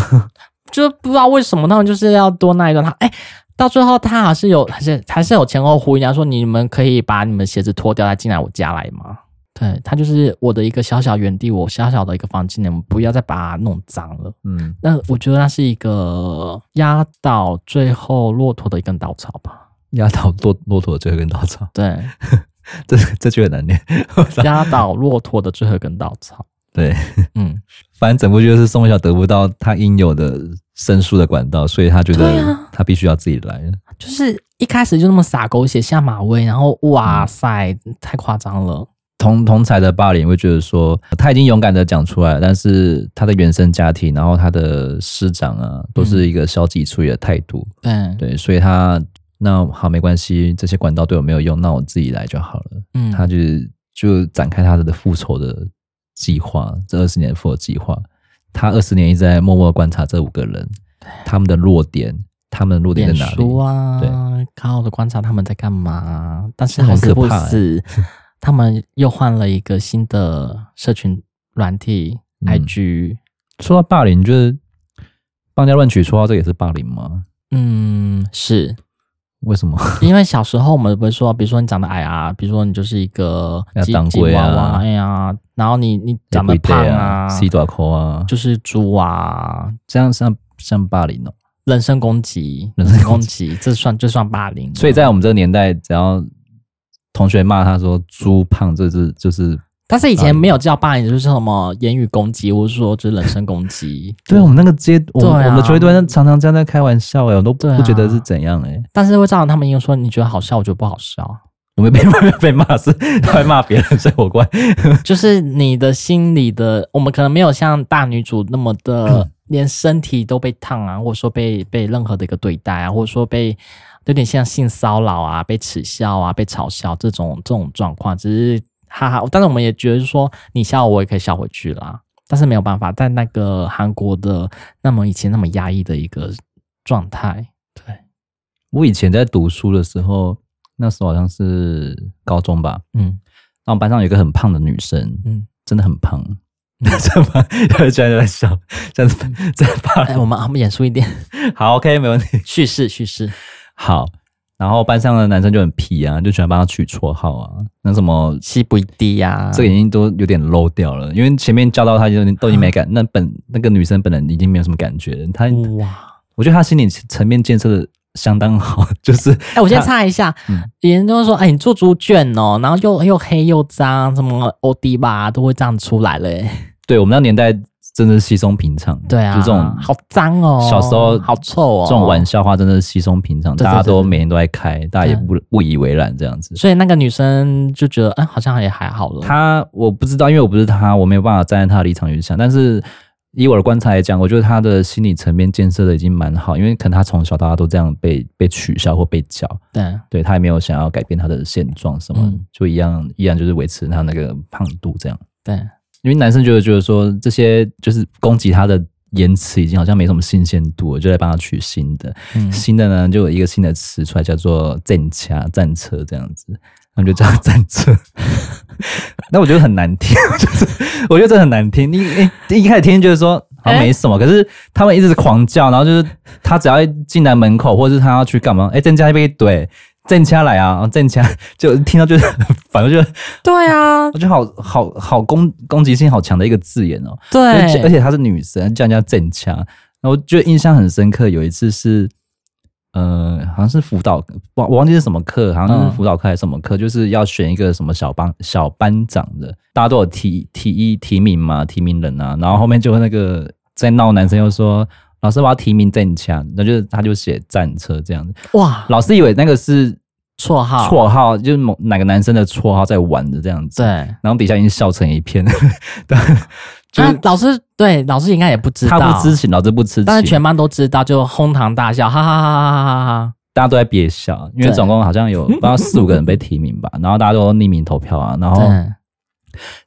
Speaker 2: 就不知道为什么他们就是要多那一段，他哎。到最后，他还是有，还是还是有前后呼应。他啊说：“你们可以把你们鞋子脱掉，再进来我家来吗？”对他就是我的一个小小园地，我小小的一个房间，你们不要再把它弄脏了。
Speaker 1: 嗯，
Speaker 2: 那我觉得那是一个压倒最后骆驼的一根稻草吧。
Speaker 1: 压倒骆骆驼的最后一根稻草，
Speaker 2: 对，
Speaker 1: 这这句很难念。
Speaker 2: 压倒骆驼的最后一根稻草。
Speaker 1: 对，
Speaker 2: 嗯，
Speaker 1: 反正整部剧就是宋慧乔得不到她应有的申诉的管道，所以她觉
Speaker 2: 对
Speaker 1: 得
Speaker 2: 啊
Speaker 1: 她必须要自己来。
Speaker 2: 就是一开始就那么撒狗血下马威，然后哇塞，太夸张了。
Speaker 1: 同同才的霸凌会觉得说，她已经勇敢的讲出来了，但是她的原生家庭，然后她的师长啊，都是一个消极处理的态度。
Speaker 2: 对，
Speaker 1: 对，所以他那好没关系，这些管道对我没有用，那我自己来就好了。
Speaker 2: 嗯，
Speaker 1: 他就是就展开他的复仇的计划，这二十年的复仇计划。他二十年一直在默默地观察这五个人，他们的弱点，他们的弱点
Speaker 2: 脸
Speaker 1: 在哪里？
Speaker 2: 书啊
Speaker 1: 对，
Speaker 2: 好好的观察他们在干嘛，但是
Speaker 1: 那
Speaker 2: 好
Speaker 1: 很
Speaker 2: 死
Speaker 1: 可
Speaker 2: 不
Speaker 1: 怕欸
Speaker 2: 死，他们又换了一个新的社群软体、
Speaker 1: 嗯
Speaker 2: IG，
Speaker 1: 说到霸凌，就是帮人家乱取绰号，这个也是霸凌吗？
Speaker 2: 嗯，是
Speaker 1: 为什么？
Speaker 2: 因为小时候我们不是说，比如说你长得矮啊，比如说你就是一个
Speaker 1: 要
Speaker 2: 鸡
Speaker 1: 当
Speaker 2: 鸡
Speaker 1: 归
Speaker 2: 娃
Speaker 1: 啊
Speaker 2: 娃，哎呀，然后你你长得胖啊，
Speaker 1: C 短扣啊，就
Speaker 2: 就是猪啊，
Speaker 1: 这样像像霸凌哦。
Speaker 2: 人身攻击，
Speaker 1: 人
Speaker 2: 人
Speaker 1: 身
Speaker 2: 身
Speaker 1: 攻
Speaker 2: 攻击，这算这算霸凌了。
Speaker 1: 所以在我们这个年代，只要同学骂他说“猪胖”，这是就是
Speaker 2: 但是以前没有叫霸凌，就是什么言语攻击，或者说就是人身攻击。
Speaker 1: 对啊我们那个阶，我们、
Speaker 2: 嗯对啊
Speaker 1: 我们的球队端常常这样在开玩笑哎、我都不,、
Speaker 2: 对啊
Speaker 1: 不觉得是怎样哎、
Speaker 2: 但是会造成他们因为说你觉得好笑，我觉得不好笑，
Speaker 1: 我们被 被骂 是还骂别人，所以我怪。
Speaker 2: 就是你的心里的，我们可能没有像大女主那么的，连身体都被烫啊，或者说被被任何的一个对待啊，或者说被有点像性骚扰啊、被耻笑啊、被嘲笑这种这种状况，只是哈哈。但是我们也觉得说你笑我也可以笑回去啦，但是没有办法，在那个韩国的那么以前那么压抑的一个状态，对，
Speaker 1: 我以前在读书的时候，那时候好像是高中吧，
Speaker 2: 嗯
Speaker 1: 那我们班上有一个很胖的女生，
Speaker 2: 嗯。
Speaker 1: 真的很胖， 这么有人居然在笑，这样子在
Speaker 2: 哎、
Speaker 1: 胖。
Speaker 2: 我们我们严肃一点，
Speaker 1: 好，OK，没问题。
Speaker 2: 叙事叙事，
Speaker 1: 好，然后班上的男生就很皮啊，就喜欢帮他取绰号啊，那什么。
Speaker 2: 西不一啊低呀、
Speaker 1: 这个已经都有点 low 掉了，因为前面叫到他就都已经没
Speaker 2: 啊
Speaker 1: 感，那本那个女生本人已经没有什么感觉了。她，
Speaker 2: 哇！
Speaker 1: 我觉得她心理层面建设的相当好， 就是
Speaker 2: 哎、我先插一下
Speaker 1: 嗯，
Speaker 2: 别人都会说，哎、你做猪圈哦，然后又又黑又脏，什么 OD 吧，都会这样出来了、哎，
Speaker 1: 对我们那年代真的是稀松平常，
Speaker 2: 对啊，
Speaker 1: 就这种
Speaker 2: 好脏哦，
Speaker 1: 小时候
Speaker 2: 好臭哦，
Speaker 1: 这种玩。笑话真的是稀松平常，
Speaker 2: 对对
Speaker 1: 大家
Speaker 2: 对
Speaker 1: 都
Speaker 2: 对
Speaker 1: 每天都在开，大家也不不以为然这样子。
Speaker 2: 所以那个女生就觉得，哎、好像也还好了。
Speaker 1: 他我不知道，因为我不是他，我没有办法站在他的立场去想。但是以我的观察来讲，我觉得他的心理层面建设的已经蛮好，因为可能他从小到大都这样被被取笑或被叫，
Speaker 2: 对，
Speaker 1: 对他也没有想要改变他的现状什么，
Speaker 2: 嗯
Speaker 1: 就一样依然就是维持他那个胖度这样。
Speaker 2: 对，
Speaker 1: 因为男生觉得觉得说这些就是攻击他的言辞已经好像没什么新鲜度了，就来帮他取新的。
Speaker 2: 嗯，
Speaker 1: 新的呢，就有一个新的词出来，叫做“战掐”战车这样子，然后就叫战车。 那我觉得很难听， 就是我觉得这很难听。你诶、一开始听觉得说好像没什么，可是他们一直狂叫，然后就是他只要一进来门口，或者是他要去干嘛，诶、战掐被一怼，战掐来啊，然后战掐就听到就是反正就
Speaker 2: 对啊，
Speaker 1: 我觉得好好好攻攻击性好强的一个字眼哦、而且而
Speaker 2: 对，
Speaker 1: 且她是女生，叫人家正掐。然后我就印象很深刻，有一次是，呃，好像是辅导，我我忘记是什么课，好像
Speaker 2: 嗯
Speaker 1: 是辅导课还是什么课，就是要选一个什么小班小班长的，大家都有提提议提名嘛，提名人啊，然后后面就那个在闹男生又说。老师，我要提名正强，那就是他就写战车这样子。
Speaker 2: 哇，
Speaker 1: 老师以为那个是
Speaker 2: 绰号，
Speaker 1: 绰号，就是某哪个男生的绰号在玩的这样子，
Speaker 2: 对，
Speaker 1: 然后底下已经笑成一片。对，就是
Speaker 2: 那、老师对老师应该也不知道，
Speaker 1: 他不知，情，老师不知情，
Speaker 2: 但是全班都知道，就哄堂大笑，哈哈哈哈哈哈哈。
Speaker 1: 大家都在憋笑，因为
Speaker 2: 对
Speaker 1: 总共好像有不知道四五个人被提名吧，然后大家都匿名投票啊，然后
Speaker 2: 对，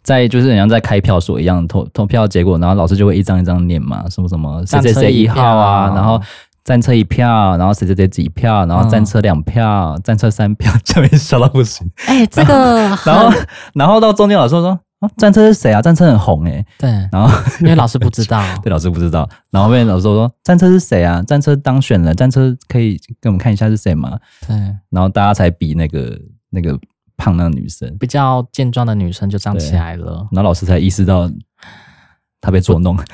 Speaker 1: 在就是人家在开票所一样投投票结果，然后老师就会一张一张念嘛，什么什么谁
Speaker 2: 战
Speaker 1: 谁
Speaker 2: 车
Speaker 1: 谁
Speaker 2: 一
Speaker 1: 一号啊，
Speaker 2: 票
Speaker 1: 然后战车一票，然后谁谁谁几票，然后战车两票，
Speaker 2: 嗯
Speaker 1: 战车三票， 就被笑到不行。
Speaker 2: 哎、这个很，
Speaker 1: 然后然后到中间老师说啊，战车是谁啊？战车很红诶、
Speaker 2: 对，
Speaker 1: 然后
Speaker 2: 因为老师不知道，
Speaker 1: 对，老师不知道。然后后面老师说战车是谁啊？战车当选了，战车可以给我们看一下是谁吗？
Speaker 2: 对，
Speaker 1: 然后大家才比那个那个胖那个女生，
Speaker 2: 比较健壮的女生就这样起来了。
Speaker 1: 然后老师才意识到她被捉弄，
Speaker 2: 对，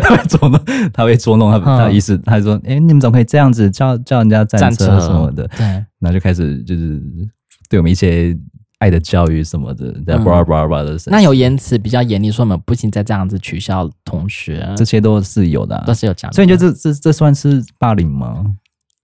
Speaker 1: 她被捉弄，她被捉弄，她
Speaker 2: 嗯
Speaker 1: 她意识，她说：“哎、你们怎么可以这样子叫叫人家战
Speaker 2: 战
Speaker 1: 车
Speaker 2: 车
Speaker 1: 什么的
Speaker 2: 对，？”
Speaker 1: 然后就开始就是对我们一些爱的教育什么的，啊在
Speaker 2: 嗯
Speaker 1: blah blah blah 的事情，
Speaker 2: 那有言辞比较严厉，说我们不行再这样子取笑同学，
Speaker 1: 这些都是有的啊、
Speaker 2: 都是嗯有讲的。
Speaker 1: 所以你觉得这这这算是霸凌吗？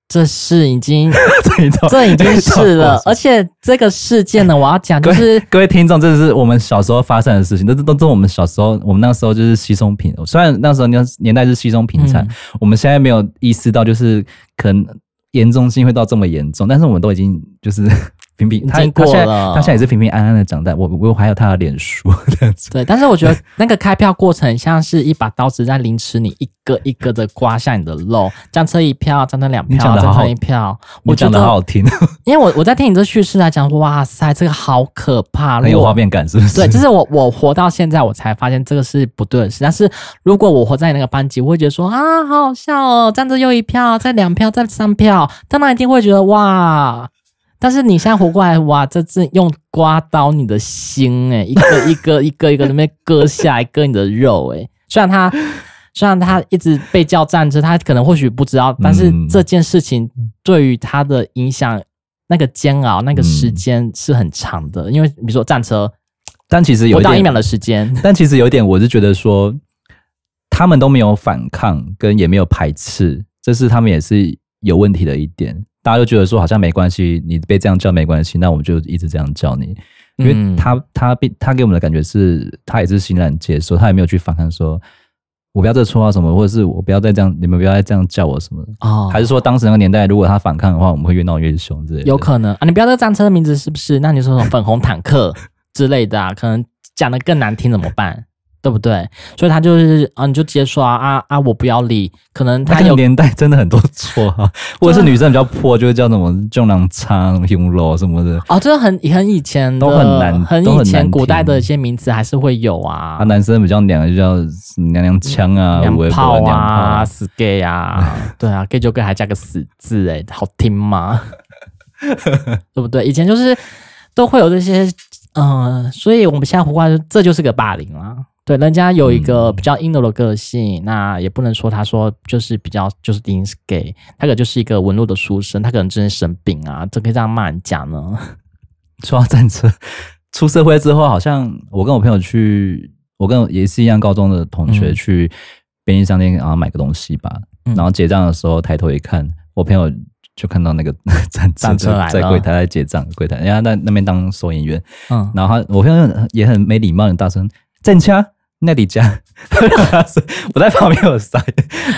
Speaker 2: 这是已经
Speaker 1: 这一种，
Speaker 2: 这已经是了而且这个事件呢，我 要讲
Speaker 1: 各
Speaker 2: 就
Speaker 1: 位
Speaker 2: 是
Speaker 1: 各位听众，这是我们小时候发生的事情，这都都是我们小时候，我们那时候就是稀松平，虽然那时候年年代是稀松平常，
Speaker 2: 嗯
Speaker 1: 我们现在没有意识到，就是可能严重性会到这么严重，但是我们都已经就是 平平，他
Speaker 2: 已经过
Speaker 1: 他现在
Speaker 2: 了
Speaker 1: 他现在也是平平安安的长大，我我我还有他的脸书 这样子，
Speaker 2: 对，但是我觉得那个开票过程像是一把刀子在凌迟你，一个一个的刮下你的肉，战车一票，战车两
Speaker 1: 你讲
Speaker 2: 票，
Speaker 1: 得好
Speaker 2: 战
Speaker 1: 好
Speaker 2: 车一票。
Speaker 1: 我
Speaker 2: 我
Speaker 1: 讲
Speaker 2: 觉
Speaker 1: 的好
Speaker 2: 得，
Speaker 1: 好 听，
Speaker 2: 因为我我在听你这叙事来讲，哇塞，这个好可怕，
Speaker 1: 很
Speaker 2: 如
Speaker 1: 有
Speaker 2: 果
Speaker 1: 画面感，是不是？
Speaker 2: 对，就是我我活到现在，我才发现这个是不对的事。但是如果我活在那个班级，我会觉得说啊，好好笑哦，站着又一票，再两票，再三票，当然一定会觉得哇。但是你现在活过来，哇，这是用刮刀你的心哎诶、一个一个一个一个那边割下来，割你的肉诶、虽然他虽然他一直被叫战车，他可能或许不知道，但是
Speaker 1: 嗯
Speaker 2: 这件事情对于他的
Speaker 1: 嗯
Speaker 2: 影响那个煎熬、那个时间是很长的，因为比如说战车，
Speaker 1: 但其实有
Speaker 2: 不
Speaker 1: 一
Speaker 2: 到
Speaker 1: 点
Speaker 2: 一秒的时间，
Speaker 1: 但其实有一点，我是觉得说，他们都没有反抗，跟也没有排斥，这是他们也是有问题的一点。大家就觉得说，好像没关系，你被这样叫没关系，那我们就一直这样叫你，因为
Speaker 2: 嗯
Speaker 1: 他他并他给我们的感觉是，他也是欣然接受，他也没有去反抗说，我不要这个绰号什么，或者是我不要再这样，你们不要再这样叫我什么的。
Speaker 2: 哦，
Speaker 1: 还是说，当时那个年代，如果他反抗的话，我们会越闹越凶之类的。
Speaker 2: 有可能啊，你不要这个战车的名字是不是？那你说什么粉红坦 克之类的啊，可能讲的更难听怎么办？对不对？所以他就是啊，你就直接说啊啊啊，我不要理。可能
Speaker 1: 那
Speaker 2: 他啊
Speaker 1: 个
Speaker 2: 有
Speaker 1: 年代真的很多绰 号，或者是女生比较破，就会叫什么中郎叉、什么 h u r o 什么的。
Speaker 2: 哦，这个很很以前的
Speaker 1: 都很难
Speaker 2: 很
Speaker 1: 都很
Speaker 2: 以前
Speaker 1: 难
Speaker 2: 古代
Speaker 1: 听
Speaker 2: 的一些名词还是会有啊
Speaker 1: 啊，，男生比较娘，就叫什么娘娘腔啊、
Speaker 2: 娘
Speaker 1: 微博
Speaker 2: 炮
Speaker 1: 娘
Speaker 2: 啊，
Speaker 1: 炮
Speaker 2: 死 gay 啊，对啊，gay 就 gay 还加个死字、欸，好听吗？对不对？以前就是都会有这些，嗯、所以我们现在胡话就这就是个霸凌啦。对，人家有一个
Speaker 1: 嗯
Speaker 2: 比较阴柔的个性，那也不能说他说就是比较就是一定是 gay，他可能就是一个文弱的书生，他可能真的生病啊，怎么可以这样骂人家呢？
Speaker 1: 说到战车，出社会之后，好像我跟我朋友去，我跟我也是一样高中的同学
Speaker 2: 嗯
Speaker 1: 去便利商店，然后买个东西吧。
Speaker 2: 嗯
Speaker 1: 然后结账的时候抬头一看，我朋友就看到那个 战车
Speaker 2: 战车来了
Speaker 1: 在柜台在结账，柜台人家在那边当收银员。
Speaker 2: 嗯，
Speaker 1: 然后他我朋友也很没礼貌，很大声站掐那里家，我在旁边有塞，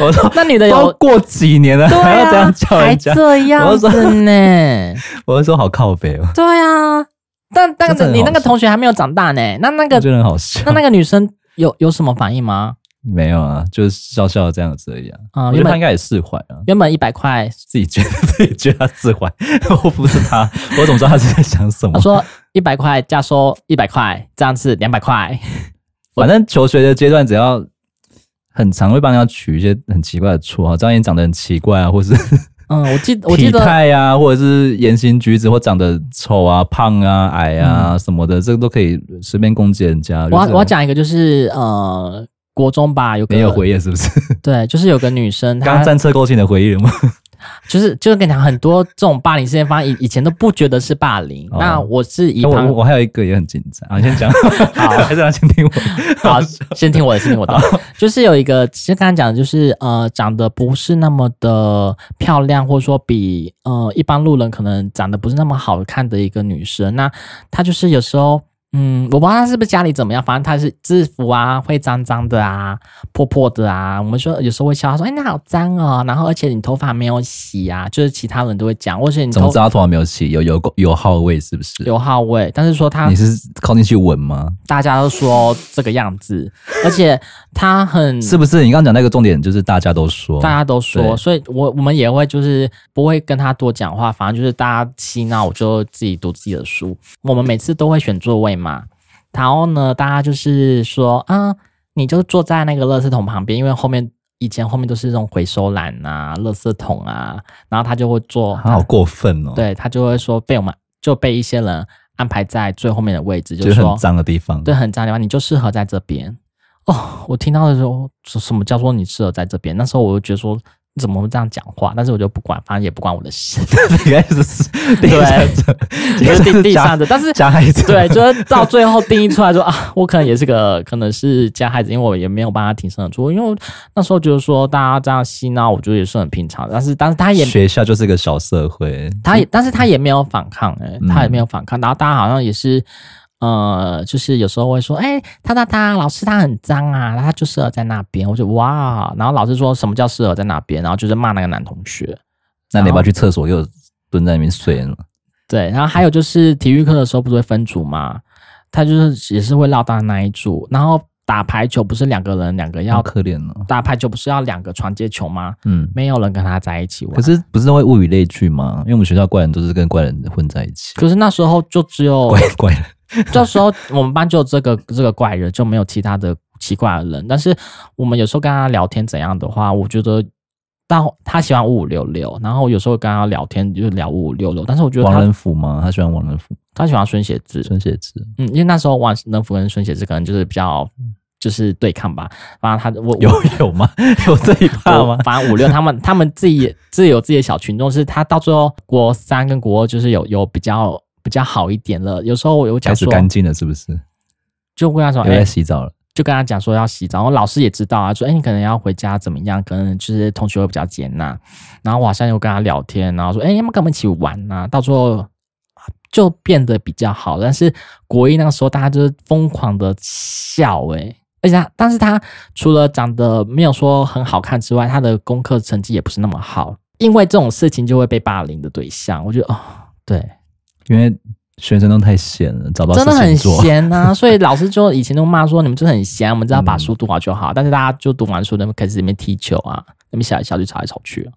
Speaker 1: 我说
Speaker 2: 那女的
Speaker 1: 都
Speaker 2: 有
Speaker 1: 过几年了，
Speaker 2: 哦对
Speaker 1: 还要这
Speaker 2: 啊
Speaker 1: 样，叫
Speaker 2: 还
Speaker 1: 人家？
Speaker 2: 这
Speaker 1: 我
Speaker 2: 样
Speaker 1: 就说
Speaker 2: 子呢。
Speaker 1: 我就说好靠北哦，
Speaker 2: 对啊，但但
Speaker 1: 这真
Speaker 2: 是
Speaker 1: 的
Speaker 2: 你
Speaker 1: 好
Speaker 2: 那个
Speaker 1: 笑
Speaker 2: 同学还没有长大呢，那那
Speaker 1: 我
Speaker 2: 个
Speaker 1: 觉得很好笑
Speaker 2: 那。那个女生有有什么反应吗？
Speaker 1: 没有啊，就是笑笑的这样子而已啊。
Speaker 2: 啊、
Speaker 1: 我觉
Speaker 2: 原
Speaker 1: 得他应
Speaker 2: 本
Speaker 1: 该也释怀啊，
Speaker 2: 原本一百块，
Speaker 1: 自己觉得 自己觉得他释怀，我不是他，我怎么知道他是在想什么
Speaker 2: 他？ 说一百块加收一百块，这样是两百块。
Speaker 1: 反正求学的阶段，只要很常会帮人家取一些很奇怪的绰号，张岩长得很奇怪啊，或是
Speaker 2: 嗯，我记我记
Speaker 1: 体
Speaker 2: 得
Speaker 1: 态啊，或者是言行举止，或长得丑啊、胖啊、矮啊、什么的，这个都可以随便攻击人家。
Speaker 2: 我要
Speaker 1: 就是
Speaker 2: 我要讲一个就是呃国中吧，有个
Speaker 1: 没有回忆是不 是？
Speaker 2: 对，就是有个女生
Speaker 1: 刚
Speaker 2: 她
Speaker 1: 战车勾起你的回忆了吗？
Speaker 2: 就是就是跟你讲很多这种霸凌事件发生，以以前都不觉得是霸凌，
Speaker 1: 哦
Speaker 2: 那我是以
Speaker 1: 我我
Speaker 2: 旁
Speaker 1: 我还有一个也很紧张啊， 你先讲，还是让先听我。
Speaker 2: 好，先听我的，先听我的。就是有一个，其实刚才讲的就是呃，长得不是那么的漂亮，或者说比呃一般路人可能长得不是那么好看的一个女生。那她就是有时候，嗯，我不知道她是不是家里怎么样，反正她是制服啊会脏脏的啊，破破的啊。我们说有时候会笑她说，哎、你好脏哦。然后而且你头发没有洗啊，就是其他人都会讲，或者你
Speaker 1: 怎么
Speaker 2: 头
Speaker 1: 知道他头发没有洗？有有有号味是不是？
Speaker 2: 有号味，但是说她
Speaker 1: 你是靠近去闻吗？
Speaker 2: 大家都说这个样子，而且她很
Speaker 1: 是不是？你刚刚讲那个重点就是大家都说，
Speaker 2: 嗯大家都
Speaker 1: 对
Speaker 2: 说，所以我我们也会就是不会跟他多讲话，反正就是大家嬉闹，我就自己读自己的书。我们每次都会选座位嘛，然后呢，大家就是说，啊、你就坐在那个垃圾桶旁边，因为后面以前后面都是这种回收篮啊、垃圾桶啊，然后他就会坐，
Speaker 1: 他好过分哦，，
Speaker 2: 对他就会说被我们就被一些人安排在最后面的位置，就
Speaker 1: 就是是
Speaker 2: 说
Speaker 1: 很脏的地方。
Speaker 2: 对，，很渣的地方，你就适合在这边。哦，我听到的时候，什什么叫做你适合在这边？那时候我就觉得说，你怎么会这样讲话？但是我就不管，反正也不关我的事，
Speaker 1: 应该是第三者，
Speaker 2: 就是地地
Speaker 1: 加
Speaker 2: 上的。但是
Speaker 1: 加害者，
Speaker 2: 对，就是到最后定义出来说啊，我可能也是个可能是加害者，因为我也没有帮他挺身而出，因为我那时候觉得说大家这样嬉闹，我觉得也是很平常的。但是，但是他 也
Speaker 1: 学校就是个小社会，
Speaker 2: 他也，但是他也没有反抗、欸，
Speaker 1: 嗯
Speaker 2: 他也没有反抗，然后大家好像也是，呃，就是有时候会说，哎、他他他，老师他很脏啊，他就适合在那边，我就哇，然后老师说什么叫适合在那边，然后就是骂那个男同学，
Speaker 1: 那你要不要去厕所给我蹲在那边睡呢？
Speaker 2: 对，然后还有就是体育课的时候不是会分组嘛，他就是也是会落单那一组，然后打排球不是两个人两个
Speaker 1: 好
Speaker 2: 要。
Speaker 1: 可怜哦，
Speaker 2: 打排球不是要两个传接球吗？
Speaker 1: 嗯。
Speaker 2: 没有人跟他在一起玩。
Speaker 1: 可是不是都会物以类聚吗？因为我们学校怪人都是跟怪人混在一起，
Speaker 2: 可是那时候就只有
Speaker 1: 怪怪人。
Speaker 2: 这时候我们班就有这个这个怪人，就没有其他的奇怪的人。但是我们有时候跟他聊天怎样的话，我觉得到他喜欢五五六六，然后有时候跟他聊天就聊五五六六，但是我觉得
Speaker 1: 王
Speaker 2: 他
Speaker 1: 仁甫吗？他喜欢王仁甫、
Speaker 2: 他喜欢孙协志，
Speaker 1: 孙协志，
Speaker 2: 嗯，因为那时候王能福跟孙协志可能就是比较就是对抗吧，反正他我
Speaker 1: 有有吗？ 有这一趴
Speaker 2: 我
Speaker 1: 吗？
Speaker 2: 反正五六他们他们自己也自己有自己的小群众，是他到最后国三跟国二就是有有比较比较好一点了。有时候我有
Speaker 1: 开
Speaker 2: 讲
Speaker 1: 始
Speaker 2: 说，
Speaker 1: 干净了是不是？
Speaker 2: 就跟他说，
Speaker 1: 有
Speaker 2: 哎、
Speaker 1: 在洗澡了，
Speaker 2: 就跟他讲说要洗澡，然后老师也知道啊，说哎、你可能要回家怎么样，可能就是同学会比较接纳。然后我好像又跟他聊天，然后说哎、要不要跟我们一起玩啊？到时候就变得比较好。但是国一那个时候大家就是疯狂的笑哎、而且他，但是他除了长得没有说很好看之外，他的功课成绩也不是那么好，因为这种事情就会被霸凌的对象。我觉得哦，对，
Speaker 1: 因为学生都太闲了，找不到
Speaker 2: 真的
Speaker 1: 事情
Speaker 2: 很
Speaker 1: 做。
Speaker 2: 闲呐、所以老师就以前都骂说你们真的很闲，我们只要把书读好就
Speaker 1: 嗯
Speaker 2: 好。但是大家就读完书，那边开始在那边踢球啊，那边小来小去啊吵来吵去。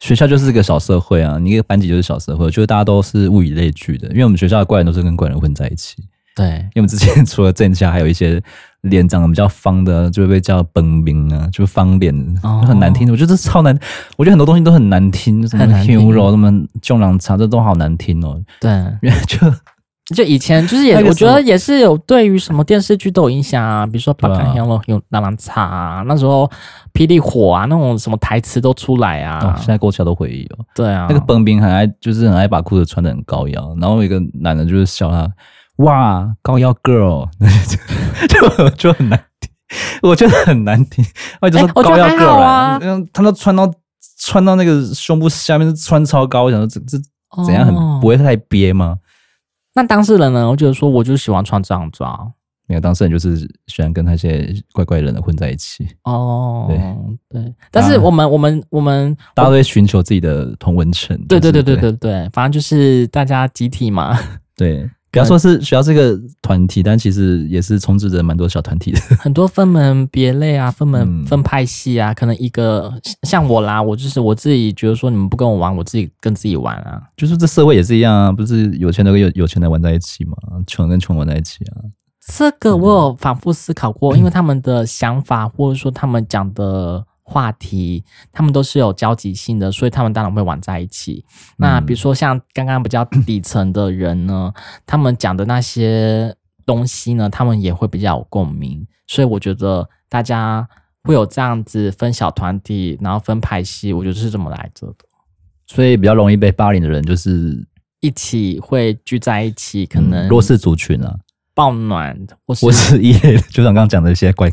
Speaker 1: 学校就是个小社会啊，你一个班级就是小社会，就是大家都是物以类聚的，因为我们学校的怪人都是跟怪人混在一起。
Speaker 2: 对，
Speaker 1: 因为我们之前 除了正下，还有一些脸长得比较方的，就会被叫本名啊，就是方脸，
Speaker 2: 哦
Speaker 1: 就很难听。我觉得这超难，我觉得很多东西都很难听，什么
Speaker 2: 很难听
Speaker 1: hero，什么中郎茶，这都好难听哦。
Speaker 2: 对，
Speaker 1: 因为就哦
Speaker 2: 就以前就是也
Speaker 1: 那，个
Speaker 2: 我
Speaker 1: 什
Speaker 2: 觉
Speaker 1: 么
Speaker 2: 得也是有对于什么电视剧都有影响啊，比如说《
Speaker 1: 对
Speaker 2: 八
Speaker 1: 啊
Speaker 2: 卦香龙》有《朗朗茶》啊，那时候《霹雳火》啊，那种什么台词都出来
Speaker 1: 哦
Speaker 2: 啊，
Speaker 1: 现。在勾起来都回忆哦。
Speaker 2: 对啊，
Speaker 1: 那个本兵很爱，就是很爱把裤子穿得很高腰，然后有一个男的就是笑他，哇，高腰 girl，就就很难听，我觉得很难听。我就说
Speaker 2: 哎我觉
Speaker 1: 高
Speaker 2: 得
Speaker 1: 腰
Speaker 2: 还
Speaker 1: girl，
Speaker 2: 好
Speaker 1: 啊
Speaker 2: 啊
Speaker 1: 嗯，他都穿到穿到那个胸部下面是穿超高，我想说这这
Speaker 2: 哦
Speaker 1: 怎样很不会太憋吗？
Speaker 2: 那当事人呢？我觉得说，我就喜欢穿这样子啊。
Speaker 1: 没有，当事人就是喜欢跟那些怪怪人的混在一起，
Speaker 2: 哦，对
Speaker 1: 大
Speaker 2: 但
Speaker 1: 家
Speaker 2: 是我们我们我们
Speaker 1: 大家都会寻求自己的同温层。
Speaker 2: 对
Speaker 1: 就
Speaker 2: 对
Speaker 1: 是
Speaker 2: 对对对对，反正就是大家集体嘛，
Speaker 1: 对，不要说是学校是一个团体，但其实也是充斥着蛮多小团体的。
Speaker 2: 很多分门别类啊，分门
Speaker 1: 嗯
Speaker 2: 分派系啊，可能一个像我啦，我就是我自己觉得说你们不跟我玩，我自己跟自己玩啊。
Speaker 1: 就是这社会也是一样啊，不是有钱的跟有有钱的玩在一起嘛，穷跟穷玩在一起啊。
Speaker 2: 这个我有反复思考过，因为他们的想法或者说他们讲的话题，他们都是有交集性的，所以他们当然会玩在一起。那比如说像刚刚比较底层的人呢，他们讲的那些东西呢，他们也会比较有共鸣，所以我觉得大家会有这样子分小团体，然后分派系，我觉得是这么来着的。
Speaker 1: 所以比较容易被霸凌的人就是
Speaker 2: 一起会聚在一起，可
Speaker 1: 嗯
Speaker 2: 能
Speaker 1: 弱势族群啊，
Speaker 2: 抱暖，或是
Speaker 1: 或是一类的，就像刚刚讲的一些 怪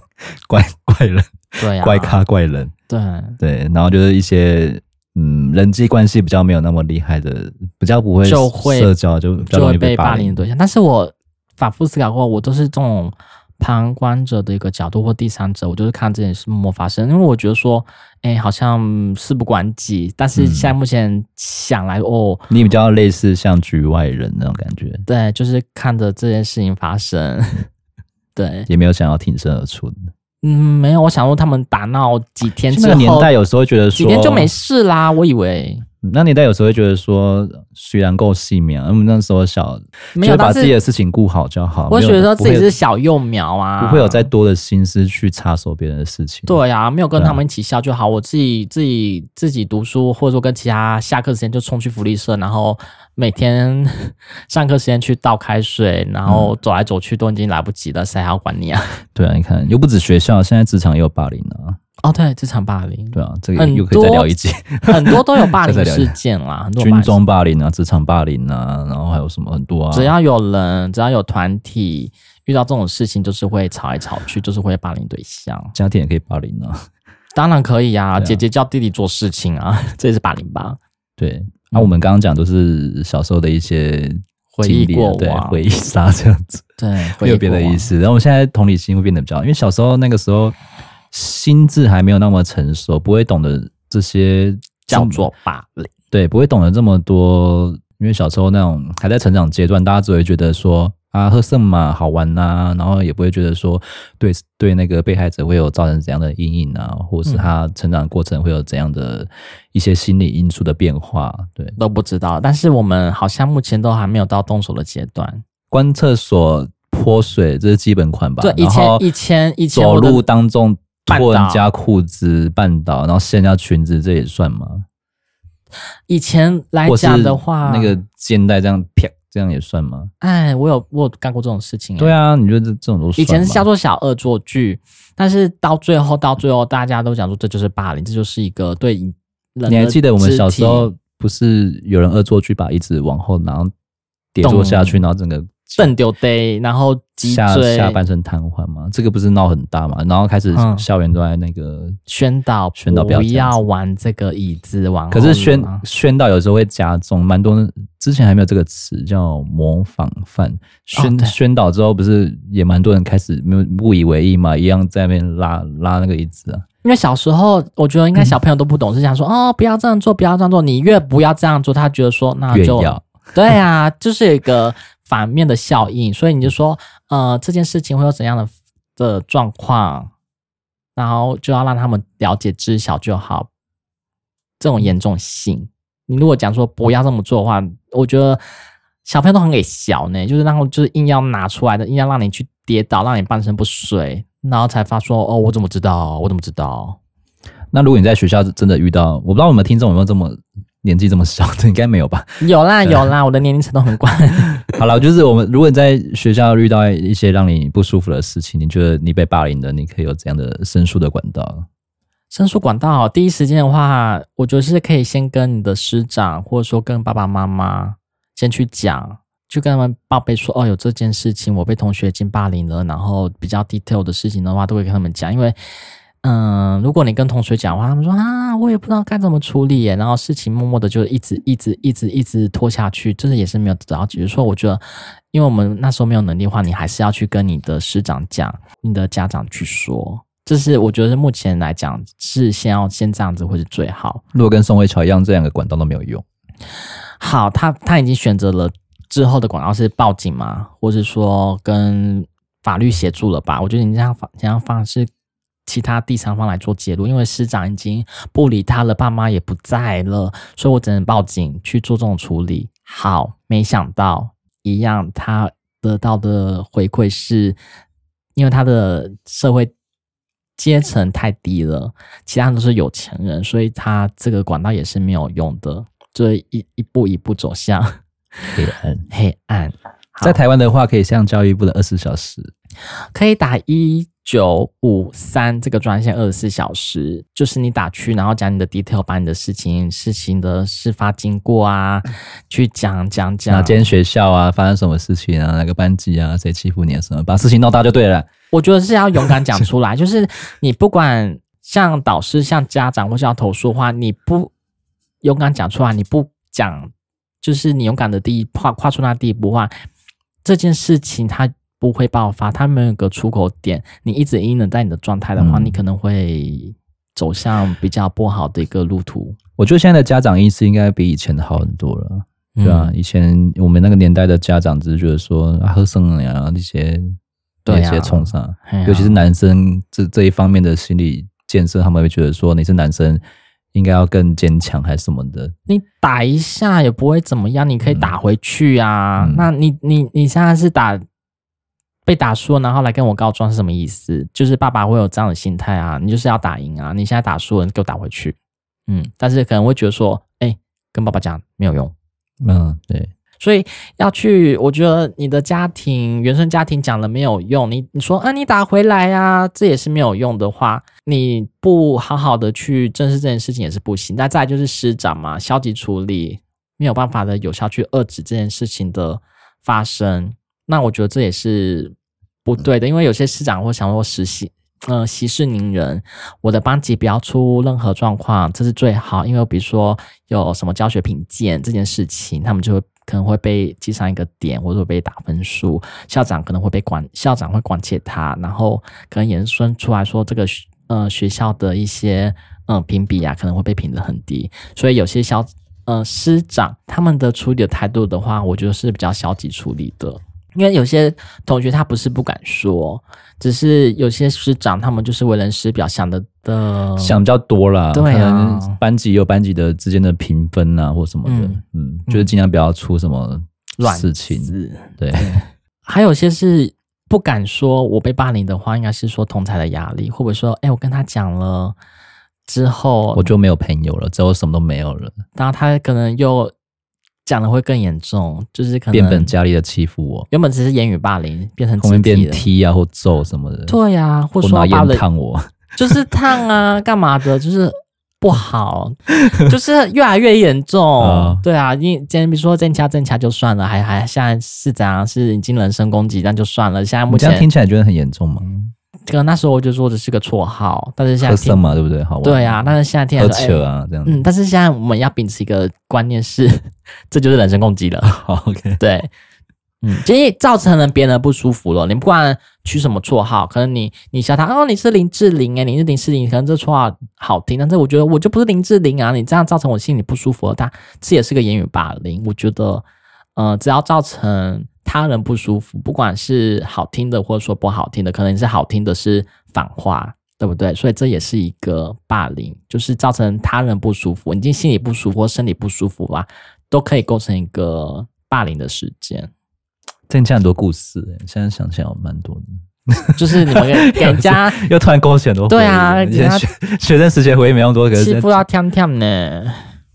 Speaker 1: 怪怪人、
Speaker 2: 对啊，
Speaker 1: 怪咖、怪人，
Speaker 2: 对，
Speaker 1: 对，然后就是一些嗯人际关系比较没有那么厉害的，比较不会
Speaker 2: 就会
Speaker 1: 社交，就比较
Speaker 2: 就
Speaker 1: 容易
Speaker 2: 会被
Speaker 1: 霸
Speaker 2: 霸凌的对象。但是我反复思考过，我都是这种旁观者的一个角度或第三者，我就是看这件事默默发生，因为我觉得说，哎、好像事不关己。但
Speaker 1: 嗯
Speaker 2: 是现在目前想来，哦，
Speaker 1: 你比较类似像局外人那种感觉，
Speaker 2: 对，就是看着这件事情发生， 对，
Speaker 1: 也没有想要挺身而出的。
Speaker 2: 嗯，没有，我想说他们打闹几天
Speaker 1: 就
Speaker 2: 之
Speaker 1: 那
Speaker 2: 后，
Speaker 1: 个年代有时候会觉得说
Speaker 2: 几天就没事啦，我以为
Speaker 1: 嗯那年代有时候会觉得说，虽然够细面，我们那时候小，
Speaker 2: 没
Speaker 1: 就
Speaker 2: 有，
Speaker 1: 是把
Speaker 2: 但
Speaker 1: 自己
Speaker 2: 是
Speaker 1: 的事情顾好就好。
Speaker 2: 我
Speaker 1: 没有
Speaker 2: 觉得自己
Speaker 1: 不会
Speaker 2: 是小幼苗啊，
Speaker 1: 不会有再多的心思去插手别人的事情。，
Speaker 2: 对呀、没有跟
Speaker 1: 对啊
Speaker 2: 他们一起笑就好。我自己自己自己读书，或者说跟其他下课时间就冲去福利社，然后每天 上课时间去倒开水，然后走来走去都已经来不及了，谁还要管你 啊？
Speaker 1: 对啊，你看，又不止学校，现在职场也有霸凌啊。
Speaker 2: 哦，对，职场霸凌，
Speaker 1: 对啊，这个
Speaker 2: 很
Speaker 1: 又可以再
Speaker 2: 多
Speaker 1: 聊一集，
Speaker 2: 很多都有霸
Speaker 1: 再
Speaker 2: 凌
Speaker 1: 聊一下
Speaker 2: 事件 啦，很
Speaker 1: 军
Speaker 2: 多有霸凌事件
Speaker 1: 中霸凌啊，职场霸凌啊，然后还有什么很多啊。
Speaker 2: 只要有人，只要有团体遇到这种事情，就是会吵来吵去，就是会霸凌对象。
Speaker 1: 家庭也可以霸凌啊。
Speaker 2: 当然可以啊，
Speaker 1: 对啊
Speaker 2: 姐姐叫弟弟做事情啊， 这也是霸凌吧？
Speaker 1: 对，啊那、我们刚刚讲都是小时候的一些
Speaker 2: 嗯回
Speaker 1: 经
Speaker 2: 忆
Speaker 1: 历啊
Speaker 2: 过
Speaker 1: 对，
Speaker 2: 往，
Speaker 1: 回忆杀这样子。
Speaker 2: 对，
Speaker 1: 没
Speaker 2: 回忆
Speaker 1: 有别的
Speaker 2: 过往
Speaker 1: 意思。然后我现在同理心会变得比较，因为小时候那个时候心智还没有那么成熟，不会懂得这些
Speaker 2: 叫做霸凌。
Speaker 1: 对，不会懂得这么多。因为小时候那种还在成长阶段，大家只会觉得说啊喝什么好玩呐、然后也不会觉得说对对那个被害者会有造成怎样的阴影啊，或是他成长过程会有怎样的一些心理因素的变化。对，
Speaker 2: 都不知道，但是我们好像目前都还没有到动手的阶段。
Speaker 1: 关厕所泼水这是基本款吧？
Speaker 2: 对，以
Speaker 1: 然后
Speaker 2: 前以前以前
Speaker 1: 走
Speaker 2: 我的
Speaker 1: 路当众脱人家裤子绊倒，然后掀人家裙子，这也算吗？
Speaker 2: 以前来
Speaker 1: 或是
Speaker 2: 讲的话，
Speaker 1: 那个肩带这样啪，这样也算吗？
Speaker 2: 哎，我有我有干过这种事情、
Speaker 1: 对
Speaker 2: 啊，
Speaker 1: 啊，你觉得这这种都算
Speaker 2: 以前是
Speaker 1: 吗
Speaker 2: 叫做小恶作剧，但是到最后到最后，大家都讲说这就是霸凌，这就是一个对人的
Speaker 1: 你还记得我们小时
Speaker 2: 肢
Speaker 1: 候不是有人恶作剧把椅子往后然后跌坐下去，然后整个
Speaker 2: 笨丢呆，然后脊
Speaker 1: 下
Speaker 2: 椎
Speaker 1: 下半身瘫痪嘛，这个不是闹很大嘛，然后开始
Speaker 2: 嗯
Speaker 1: 校园都在那个
Speaker 2: 宣导
Speaker 1: 宣导不要
Speaker 2: 不
Speaker 1: 这样
Speaker 2: 要
Speaker 1: 子
Speaker 2: 玩这个椅子，往
Speaker 1: 可是
Speaker 2: 后
Speaker 1: 宣
Speaker 2: 挪
Speaker 1: 宣导有时候会加重，蛮多之前还没有这个词叫模仿犯。宣、
Speaker 2: 哦对
Speaker 1: 宣导之后，不是也蛮多人开始没有不以为意嘛，一样在那边拉拉那个椅子啊。
Speaker 2: 因为小时候，我觉
Speaker 1: 嗯
Speaker 2: 得应该小朋友都不懂，是想说哦，不要这样做，不要这样做。你越不要这样做，他觉得说那
Speaker 1: 越
Speaker 2: 啊就
Speaker 1: 要
Speaker 2: 对啊，就是有一个反面的效应。所以你就说，呃，这件事情会有怎样的的状况，然后就要让他们了解知晓就好。这种严重性，你如果讲说不要这么做的话，我觉得小朋友都很给小呢， 就是让就是硬要拿出来的，硬要让你去跌倒，让你半身不遂，然后才发说哦，我怎么知道？我怎么知道？
Speaker 1: 那如果你在学校真的遇到，我不知道我们听众有没有这么年纪这么小的，应该没有 吧？
Speaker 2: 有啦有啦，我的年龄层都很广。
Speaker 1: 好了，就是我们如果你在学校遇到一些让你不舒服的事情，你觉得你被霸凌的，你可以有这样的申诉的管道。
Speaker 2: 申诉管道第一时间的话，我觉得是可以先跟你的师长，或者说跟爸爸妈妈先去讲，去跟他们报备说，哦，有这件事情，我被同学性霸凌了。然后比较 detail 的事情的话，都会跟他们讲，因为，嗯，如果你跟同学讲的话，他们说啊，我也不知道该怎么处理耶，然后事情默默的就一直一直一直一直拖下去，这也是没有得到解决。所以我觉得，因为我们那时候没有能力的话，你还是要去跟你的师长讲，你的家长去说。这是我觉得是目前来讲是先要先这样子会是最好。
Speaker 1: 如果跟宋慧乔一样，这两个管道都没有用，
Speaker 2: 好，他他已经选择了之后的广告是报警嘛，或是说跟法律协助了吧？我觉得你这样方这样方式，其他第三方来做介入，因为师长已经不理他了，爸妈也不在了，所以我只能报警去做这种处理。好，没想到一样，他得到的回馈是，因为他的社会阶层太低了，其他人都是有钱人，所以他这个管道也是没有用的。这一一步一步走向
Speaker 1: 黑暗。
Speaker 2: 黑暗。好
Speaker 1: 在台湾的话，可以向教育部的二十小时
Speaker 2: 可以打一九五三这个专线二十四小时，就是你打去，然后讲你的 detail，把你的事情、事情的事发经过啊，去讲讲
Speaker 1: 哪
Speaker 2: 讲。
Speaker 1: 间学校啊，发生什么事情啊，哪个班级啊，谁欺负你啊，什么，把事情闹大就对了。
Speaker 2: 我觉得是要勇敢讲出来， 就是你不管向导师、向家长或是要投诉的话，你不勇敢讲出来，你不讲，就是你勇敢的第一跨跨出那第一步的话，这件事情它不会爆发，它没有一个出口点。你一直隐忍在你的状态的话，
Speaker 1: 嗯
Speaker 2: 你可能会走向比较不好的一个路途，
Speaker 1: 我觉得现在的家长意识应该比以前好很多了，对啊，
Speaker 2: 嗯
Speaker 1: 以前我们那个年代的家长只是觉得说啊，喝剩啊那些
Speaker 2: 对啊
Speaker 1: 那些冲上，
Speaker 2: 哎呀
Speaker 1: 尤其是男生这这一方面的心理建设，他们会觉得说你是男生应该要更坚强还是什么的。
Speaker 2: 你打一下也不会怎么样，你可以打回去啊。
Speaker 1: 嗯
Speaker 2: 那你你你现在是打被打输了，然后来跟我告状是什么意思？就是爸爸会有这样的心态啊，你就是要打赢啊，你现在打输了，你给我打回去。嗯，但是可能会觉得说，哎、跟爸爸讲没有用，
Speaker 1: 嗯，对，
Speaker 2: 所以要去，我觉得你的家庭原生家庭讲了没有用，你你说啊，你打回来啊，这也是没有用的话，你不好好的去正视这件事情也是不行。那再来就是师长嘛，消极处理没有办法的有效去遏制这件事情的发生，那我觉得这也是不对的，因为有些师长会想说实习。呃，息事宁人，我的班级不要出任何状况，这是最好。因为比如说有什么教学评鉴这件事情，他们就会可能会被记上一个点，或者会被打分数。校长可能会被管，校长会关切他，然后可能延伸出来说这个学呃学校的一些嗯、呃评比啊，可能会被评得很低。所以有些小呃师长他们的处理的态度的话，我觉得是比较消极处理的。因为有些同学他不是不敢说，只是有些师长他们就是为人师表，想的的
Speaker 1: 想比较多啦，
Speaker 2: 哦对
Speaker 1: 可
Speaker 2: 啊
Speaker 1: 能班级有班级的之间的评分啊，或什么的，
Speaker 2: 嗯
Speaker 1: 嗯，就是尽量不要出什么
Speaker 2: 乱
Speaker 1: 事情，
Speaker 2: 死
Speaker 1: 对。
Speaker 2: 还有些是不敢说我被霸凌的话，应该是说同才的压力，或者说，哎、我跟他讲了之后，
Speaker 1: 我就没有朋友了，之后什么都没有了，
Speaker 2: 然后他可能又讲的会更严重，就是可能
Speaker 1: 变本加厉的欺负我，
Speaker 2: 原本只是言语霸凌，变成
Speaker 1: 后面
Speaker 2: 肢体
Speaker 1: 变
Speaker 2: 了。
Speaker 1: 踢啊或揍什么的，
Speaker 2: 对呀、或
Speaker 1: 或
Speaker 2: 者
Speaker 1: 拿
Speaker 2: 说把
Speaker 1: 烟
Speaker 2: 人
Speaker 1: 烫我，
Speaker 2: 就是烫啊，干嘛的？就是不好，就是越来越严 重
Speaker 1: 啊。
Speaker 2: 对啊，你今天比如说正掐正掐就算了，还还现在是怎样是已经人身攻击，那就算了。现在目
Speaker 1: 你这样
Speaker 2: 前
Speaker 1: 听起来觉得很严重吗？
Speaker 2: 可能那时候我就说只是个绰号，但是现
Speaker 1: 和
Speaker 2: 在
Speaker 1: 森
Speaker 2: 听
Speaker 1: 嘛，对不对？好玩，
Speaker 2: 对啊，但是现在听
Speaker 1: 喝
Speaker 2: 来说，
Speaker 1: 酒
Speaker 2: 哎
Speaker 1: 啊，这样子。
Speaker 2: 嗯，但是现在我们要秉持一个观念是， 这就是人身攻击了。
Speaker 1: 好，OK，
Speaker 2: 对，嗯，其实造成了别人的不舒服了。你不管取什么绰号，可能你你笑他哦，你是林志玲哎，你是林志玲，可能这绰号好听，但是我觉得我就不是林志玲啊，你这样造成我心里不舒服了，但这也是个言语霸凌。我觉得，呃，只要造成他人不舒服，不管是好听的或者说不好听的，可能你是好听的是反话。对不对？所以这也是一个霸凌，就是造成他人不舒服，你已经心里不舒服或身体不舒服啊，都可以构成一个霸凌的事件，
Speaker 1: 这下很多故事、欸，现在想起来有蛮多的。
Speaker 2: 就是你们给给人家
Speaker 1: 又突然勾起很多回忆
Speaker 2: 对啊
Speaker 1: 以前
Speaker 2: 人家
Speaker 1: 学 学生时期的回忆没那么多，可
Speaker 2: 欺
Speaker 1: 是
Speaker 2: 负到跳 跳呢。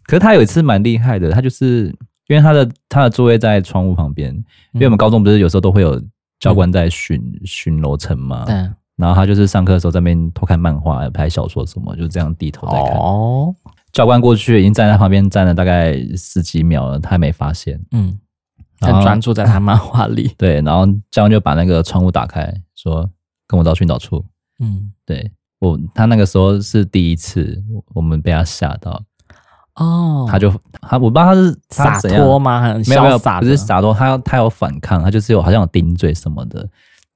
Speaker 1: 可是他有一次蛮厉害的，他就是因为他的他的座位在窗户旁边，因
Speaker 2: 嗯
Speaker 1: 为我们高中不是有时候都会有教官在巡、巡楼层嘛，
Speaker 2: 对
Speaker 1: 然后他就是上课的时候在那边偷看漫画、拍小说什么，就这样低头在看。
Speaker 2: 哦，
Speaker 1: 教官过去已经站在旁边站了大概十几秒了，他还没发现。
Speaker 2: 嗯，很
Speaker 1: 然后
Speaker 2: 专注在他漫画 里，
Speaker 1: 对，然后教官就把那个窗户打开，说跟我到训导处。
Speaker 2: 嗯，
Speaker 1: 对我，他那个时候是第一次，我我们被他吓到，
Speaker 2: 哦，
Speaker 1: 他就他我不知道他是他
Speaker 2: 洒
Speaker 1: 怎样
Speaker 2: 脱吗？很
Speaker 1: 没有没
Speaker 2: 潇
Speaker 1: 有，
Speaker 2: 洒
Speaker 1: 不
Speaker 2: 的，
Speaker 1: 是洒脱，他要他有反抗，他就是有好像有顶嘴什么的，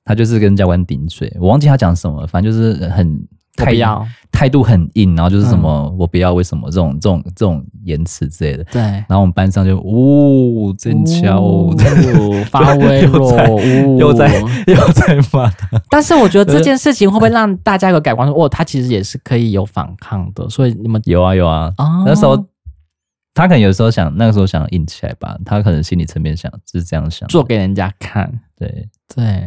Speaker 1: 他就是跟教官顶嘴，我忘记他讲什么，反正就是很
Speaker 2: 我
Speaker 1: 态
Speaker 2: 不要，嗯
Speaker 1: 态度很硬，然后就是什么、我不要为什么这种这种这种言辞之类的，
Speaker 2: 对，
Speaker 1: 然后我们班上就呜、真巧，
Speaker 2: 哦
Speaker 1: 真
Speaker 2: 发 威
Speaker 1: 又在
Speaker 2: 咯，
Speaker 1: 又在
Speaker 2: 哦
Speaker 1: 又在骂他，
Speaker 2: 但是我觉得这件事情会不会让大家有改观？说，哦，他其实也是可以有反抗的，所以你们
Speaker 1: 有啊有啊，
Speaker 2: 哦，
Speaker 1: 那时候。他可能有时候想，那个时候想硬起来吧，他可能心理层面想是这样想的，
Speaker 2: 做给人家看，
Speaker 1: 对，
Speaker 2: 对，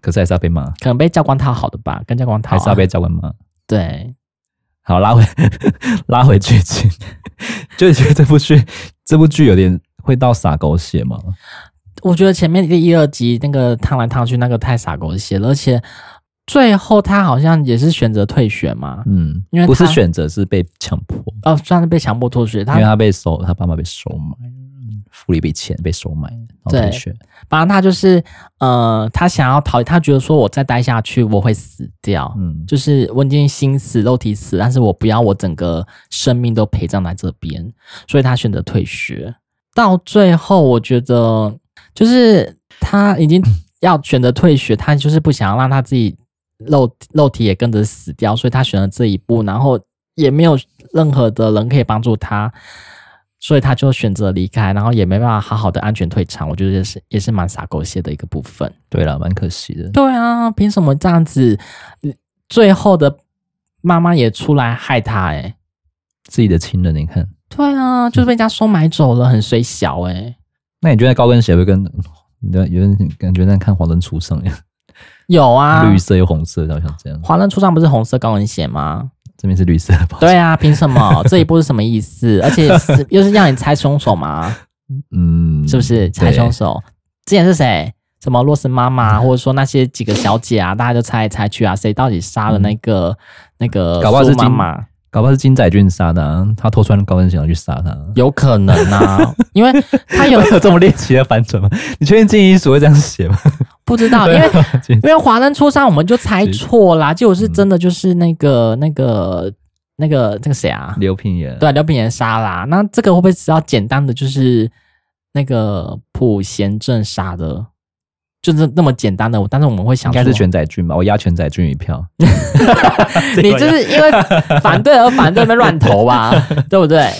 Speaker 1: 可是还是要被骂，
Speaker 2: 可能被教官套好的吧，跟教官套
Speaker 1: 还
Speaker 2: 啊，
Speaker 1: 是要被教官骂。
Speaker 2: 对，
Speaker 1: 好，拉回 拉回剧情， 就是觉得这部剧这部剧有点会到洒狗血嘛？
Speaker 2: 我觉得前面第一二集那个烫来烫去那个太傻狗血了，而且最后他好像也是选择退学嘛，
Speaker 1: 嗯，
Speaker 2: 因为
Speaker 1: 不是
Speaker 2: 他
Speaker 1: 选择，是被强迫，
Speaker 2: 哦，算是被强迫退学。
Speaker 1: 因
Speaker 2: 他
Speaker 1: 为他被收，他爸妈被收买，付了一笔钱被收买，然后
Speaker 2: 对
Speaker 1: 退学。
Speaker 2: 反正他就是呃，他想要逃，他觉得说我再待下去我会死掉，
Speaker 1: 嗯，
Speaker 2: 就是我已经心死、肉体死，但是我不要我整个生命都陪葬在这边，所以他选择退学。到最后，我觉得就是他已经要选择退学，他就是不想要让他自己肉肉体也跟着死掉，所以他选了这一步，然后也没有任何的人可以帮助他。所以他就选择离开，然后也没办法好好的安全退场，我觉得也是也是蛮洒狗血的一个部分。
Speaker 1: 对了，蛮可惜的。
Speaker 2: 对啊，凭什么这样子？嗯最后的妈妈也出来害他、欸，哎，
Speaker 1: 自己的亲人，你看，
Speaker 2: 对啊，就是被人家收买走了，很水小、欸，哎，
Speaker 1: 那你觉得高跟鞋会跟你的有点感觉在看《华灯初上》一样，
Speaker 2: 有啊，
Speaker 1: 绿色又红色，然后像这样，
Speaker 2: 华人出场不是红色高跟鞋吗？
Speaker 1: 这边是绿色的吧？
Speaker 2: 对啊，凭 什么？这一步是什么意思？而且是又是让你猜凶手嘛？
Speaker 1: 嗯，
Speaker 2: 是不是猜
Speaker 1: 对
Speaker 2: 凶手？之前是谁？什么洛斯妈妈，
Speaker 1: 嗯
Speaker 2: 或者说那些几个小姐啊，大家就猜来猜去啊，谁到底杀了那个、那个
Speaker 1: 嗯搞不好是
Speaker 2: 苏妈
Speaker 1: 金
Speaker 2: 妈？
Speaker 1: 搞不好是金载俊杀的、啊，他偷穿高跟鞋然后去杀他。
Speaker 2: 有可能啊，因为 他有
Speaker 1: 会有这么猎奇的反转吗？你确定金一所会这样写吗？
Speaker 2: 不知道，因
Speaker 1: 啊
Speaker 2: 为
Speaker 1: 金
Speaker 2: 因为华灯初上，我们就猜错啦，结果是真的就是那个、那个那个那个谁啊？
Speaker 1: 刘品言，
Speaker 2: 对啊，刘品言杀啦。那这个会不会只要简单的就是那个普贤正杀的，就是那么简单的？但是我们会想
Speaker 1: 应该
Speaker 2: 说，
Speaker 1: 是全载俊吧？我压全载俊一票。
Speaker 2: 你就是因为反对而反对，那边乱投 吧，对不对？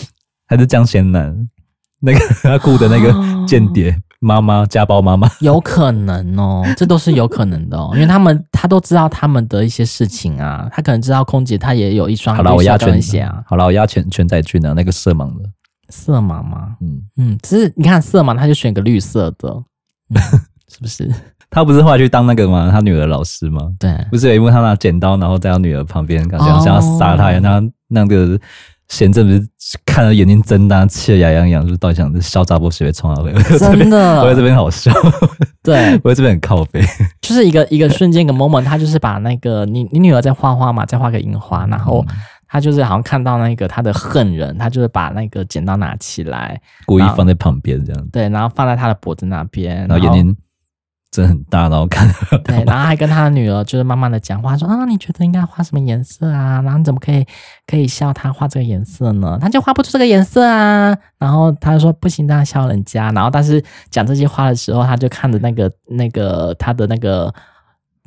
Speaker 1: 还是江贤南那个 他雇的那
Speaker 2: 哦
Speaker 1: 个间谍妈妈，家暴妈妈，
Speaker 2: 有可能哦，这都是有可 能的哦，因为他们他都知道他们的一些事情啊，他可能知道空姐她也有一双
Speaker 1: 好了，我
Speaker 2: 绿色
Speaker 1: 压
Speaker 2: 高跟
Speaker 1: 全
Speaker 2: 鞋啊，
Speaker 1: 好了，我压全全载俊啊，那个色盲的，
Speaker 2: 色盲吗？
Speaker 1: 嗯，
Speaker 2: 嗯，只是你看色盲，他就选个绿色的， 嗯是不是？
Speaker 1: 他不是后来去当那个吗？他女儿老师吗？
Speaker 2: 对，
Speaker 1: 不是有一幕他拿剪刀，然后在他女儿旁边，感觉
Speaker 2: 哦
Speaker 1: 想要杀他，然后他那个贤正不是看了眼睛睁大，气得牙痒痒，就是到底想是嚣张不学会冲他回来？我这边
Speaker 2: 真
Speaker 1: 我在这
Speaker 2: 的，
Speaker 1: 边好笑，
Speaker 2: 对，
Speaker 1: 我在这边很靠背。嗯
Speaker 2: 就是一个一个瞬间，一个 moment，他就是把那个你你女儿在画画嘛，在画个樱花，然后他就是好像看到那个他的恨人，他就是把那个剪刀拿起来，
Speaker 1: 故意放在旁边这样，
Speaker 2: 对，然后放在他的脖子那边，
Speaker 1: 然后眼睛真的很大，然后看
Speaker 2: 对， 然后还跟他的女儿就是慢慢的讲话，说啊，你觉得应该画什么颜色啊？然后你怎么可以可以笑他画这个颜色呢？他就画不出这个颜色啊。然后他就说不行，这样笑人家。然后但是讲这些话的时候，他就看着那个那个他的那个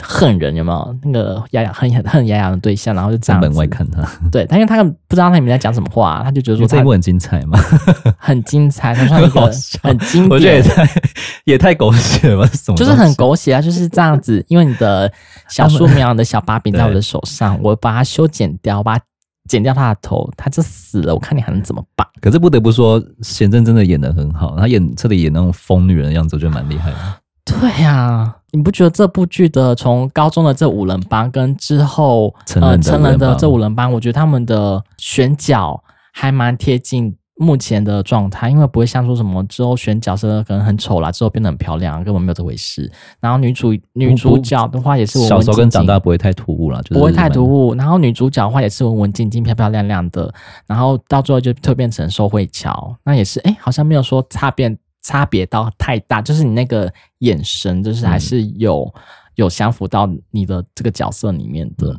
Speaker 2: 恨人有没有那个牙痒恨恨牙痒的对象，然后就这
Speaker 1: 在
Speaker 2: 样
Speaker 1: 门外
Speaker 2: 子
Speaker 1: 看他。
Speaker 2: 对，他因为他根本不知道他里面在讲什么话，啊他就觉得
Speaker 1: 我说
Speaker 2: 说
Speaker 1: 这一
Speaker 2: 他
Speaker 1: 幕很精彩 嘛，
Speaker 2: 很精 彩，他说一
Speaker 1: 好
Speaker 2: 个
Speaker 1: 笑
Speaker 2: 很经典，
Speaker 1: 我觉得也太 也太狗血了吧，什么
Speaker 2: 就是很
Speaker 1: 东西。
Speaker 2: 狗血啊，就是这样子。因为你的小树苗、你的小把柄在我的
Speaker 1: 对
Speaker 2: 手上，我把它修剪掉，我把它剪掉它的头，它就死了。我看你还能怎么办？
Speaker 1: 可是不得不说，贤正真的演的很好，他演这里演那种疯女人的样子，我觉得蛮厉害的。
Speaker 2: 对呀、
Speaker 1: 啊
Speaker 2: 你不觉得这部剧的从高中的这五人帮跟之后
Speaker 1: 成
Speaker 2: 呃
Speaker 1: 人的
Speaker 2: 成
Speaker 1: 五
Speaker 2: 人
Speaker 1: 人
Speaker 2: 的
Speaker 1: 帮
Speaker 2: 这五人帮，我觉得他们的选角还蛮贴近。目前的状态，因为不会像说什么之后选角色可能很丑啦，之后变得很漂亮，根本没有这回事。然后女主女
Speaker 1: 不
Speaker 2: 主
Speaker 1: 不
Speaker 2: 角的话也是文
Speaker 1: 小
Speaker 2: 文
Speaker 1: 时候跟
Speaker 2: 静静
Speaker 1: 长大不会太突兀啦，就是
Speaker 2: 不会太突
Speaker 1: 兀。
Speaker 2: 兀。然后女主角的话也是文文静静、漂漂亮亮的，然后到最后就蜕变成受惠乔，那也是哎、诶好像没有说差别差别到太大，就是你那个眼神，就是
Speaker 1: 嗯
Speaker 2: 还是有、有相符到你的这个角色里面的。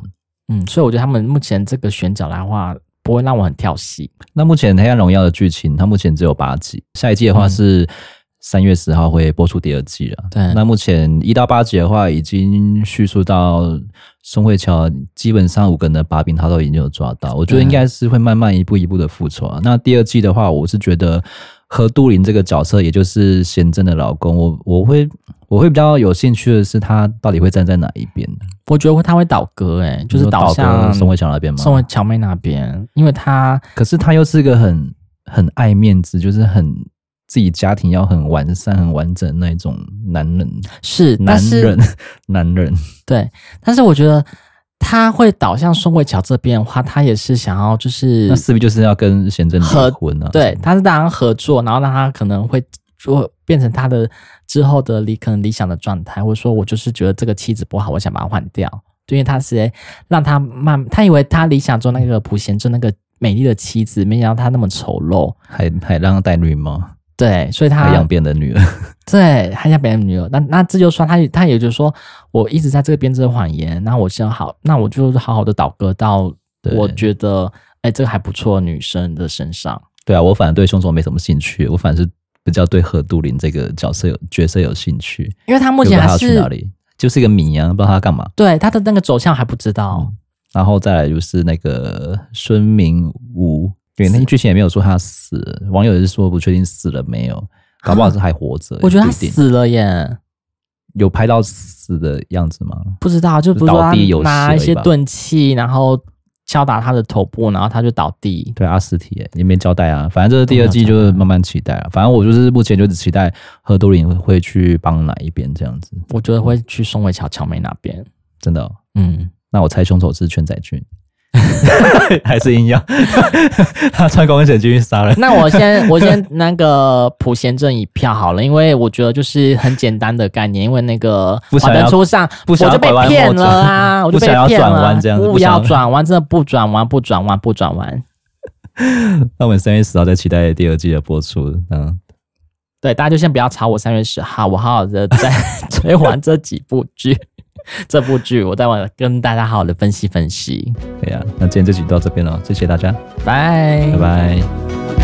Speaker 2: 嗯所以我觉得他们目前这个选角来的话，不会让我很跳戏。
Speaker 1: 那目前《黑暗荣耀》的剧情，它目前只有八集，下一季的
Speaker 2: 嗯
Speaker 1: 话是三月十号会播出第二季了。
Speaker 2: 对
Speaker 1: 那目前一到八集的话，已经叙述到宋慧乔基本上五个人的把柄，他都已经有抓到。我觉得
Speaker 2: 对
Speaker 1: 应该是会慢慢一步一步的复仇啊。那第二季的话，我是觉得何杜林这个角色，也就是贤真的老公，我我会我会比较有兴趣的是，他到底会站在哪一边？
Speaker 2: 我觉得他会倒戈、诶哎，就是
Speaker 1: 你说
Speaker 2: 倒向
Speaker 1: 戈宋慧乔那边吗？
Speaker 2: 宋慧乔妹那边，因为他
Speaker 1: 可是他又是个很很爱面子，就是很自己家庭要很完善、很完整的那种男人，
Speaker 2: 是但
Speaker 1: 男
Speaker 2: 是
Speaker 1: 人， 男人。
Speaker 2: 对，但是我觉得他会导向宋慧乔这边的话，他也是想要就是
Speaker 1: 那势必就是要跟贤正离
Speaker 2: 嗯和
Speaker 1: 婚啊？
Speaker 2: 对，他是当然合作，然后让他可能会做变成他的之后的理可能理想的状态，或者说我就是觉得这个妻子不好，我想把她换掉，对因为他是让他慢，他以为他理想中那个普贤镇那个美丽的妻子，没想到她那么丑陋，
Speaker 1: 还还让他戴绿帽，
Speaker 2: 对，所以他
Speaker 1: 还养别人的女儿，
Speaker 2: 对，还想别人女友，那那这就算他也他也就是说，我一直在这个编织的谎言，那我就好，那我就好好的倒戈到
Speaker 1: 对
Speaker 2: 我觉得哎、这个还不错的女生的身上。
Speaker 1: 对啊，我反而对凶手没什么兴趣，我反而是比较对何杜林这个角色有角色有兴趣。
Speaker 2: 因为他目
Speaker 1: 就
Speaker 2: 前
Speaker 1: 不知道他
Speaker 2: 还
Speaker 1: 要去哪
Speaker 2: 是
Speaker 1: 里？就是一个谜啊，不知道他干嘛。
Speaker 2: 对他的那个走向还不知道，
Speaker 1: 然后再来就是那个孙明武，对，那些剧情也没有说他死了，网友也是说不确定死了没有，搞不好是还活着。
Speaker 2: 我觉得
Speaker 1: 也
Speaker 2: 他
Speaker 1: 不一定
Speaker 2: 死了耶，
Speaker 1: 有拍到死的样子吗？
Speaker 2: 不知道就
Speaker 1: 就
Speaker 2: 不是说
Speaker 1: 倒
Speaker 2: 他
Speaker 1: 地有血
Speaker 2: 拿一
Speaker 1: 了一
Speaker 2: 些
Speaker 1: 把
Speaker 2: 钝器，然后敲打他的头部，然后他就倒地。
Speaker 1: 对啊，尸体耶也没交代啊。反正这是第二季，
Speaker 2: 哦都没有
Speaker 1: 就
Speaker 2: 交代
Speaker 1: 是慢慢期待了。反正我就是目前就只期待何多林会去帮哪一边这样子，
Speaker 2: 我觉得会去宋慧乔乔妹那边，
Speaker 1: 真的、哦。
Speaker 2: 嗯，
Speaker 1: 那我猜凶手是全宰 俊，还是硬要 他穿光险进去杀人？
Speaker 2: 那我先我先那个普贤正一票好了，因为我觉得就是很简单的概念，因为那个
Speaker 1: 不想
Speaker 2: 华
Speaker 1: 要
Speaker 2: 灯初上，
Speaker 1: 不想
Speaker 2: 我
Speaker 1: 要
Speaker 2: 就被骗了啊，我就
Speaker 1: 不
Speaker 2: 被
Speaker 1: 想要
Speaker 2: 骗了
Speaker 1: 转
Speaker 2: 啊，
Speaker 1: 弯这样子
Speaker 2: 不
Speaker 1: 不想
Speaker 2: 要
Speaker 1: 要
Speaker 2: 转弯，真的不转弯，不转弯，不转弯。
Speaker 1: 那我们三月十号再期待第二季的播出。嗯，
Speaker 2: 对，大家就先不要吵我三月十号，我好好的 再追完这几部剧，这部剧我再晚跟大家好好的分析分析，
Speaker 1: 啊哦对呀、那今天这集就到这边了，谢谢大家，
Speaker 2: 拜
Speaker 1: 拜拜。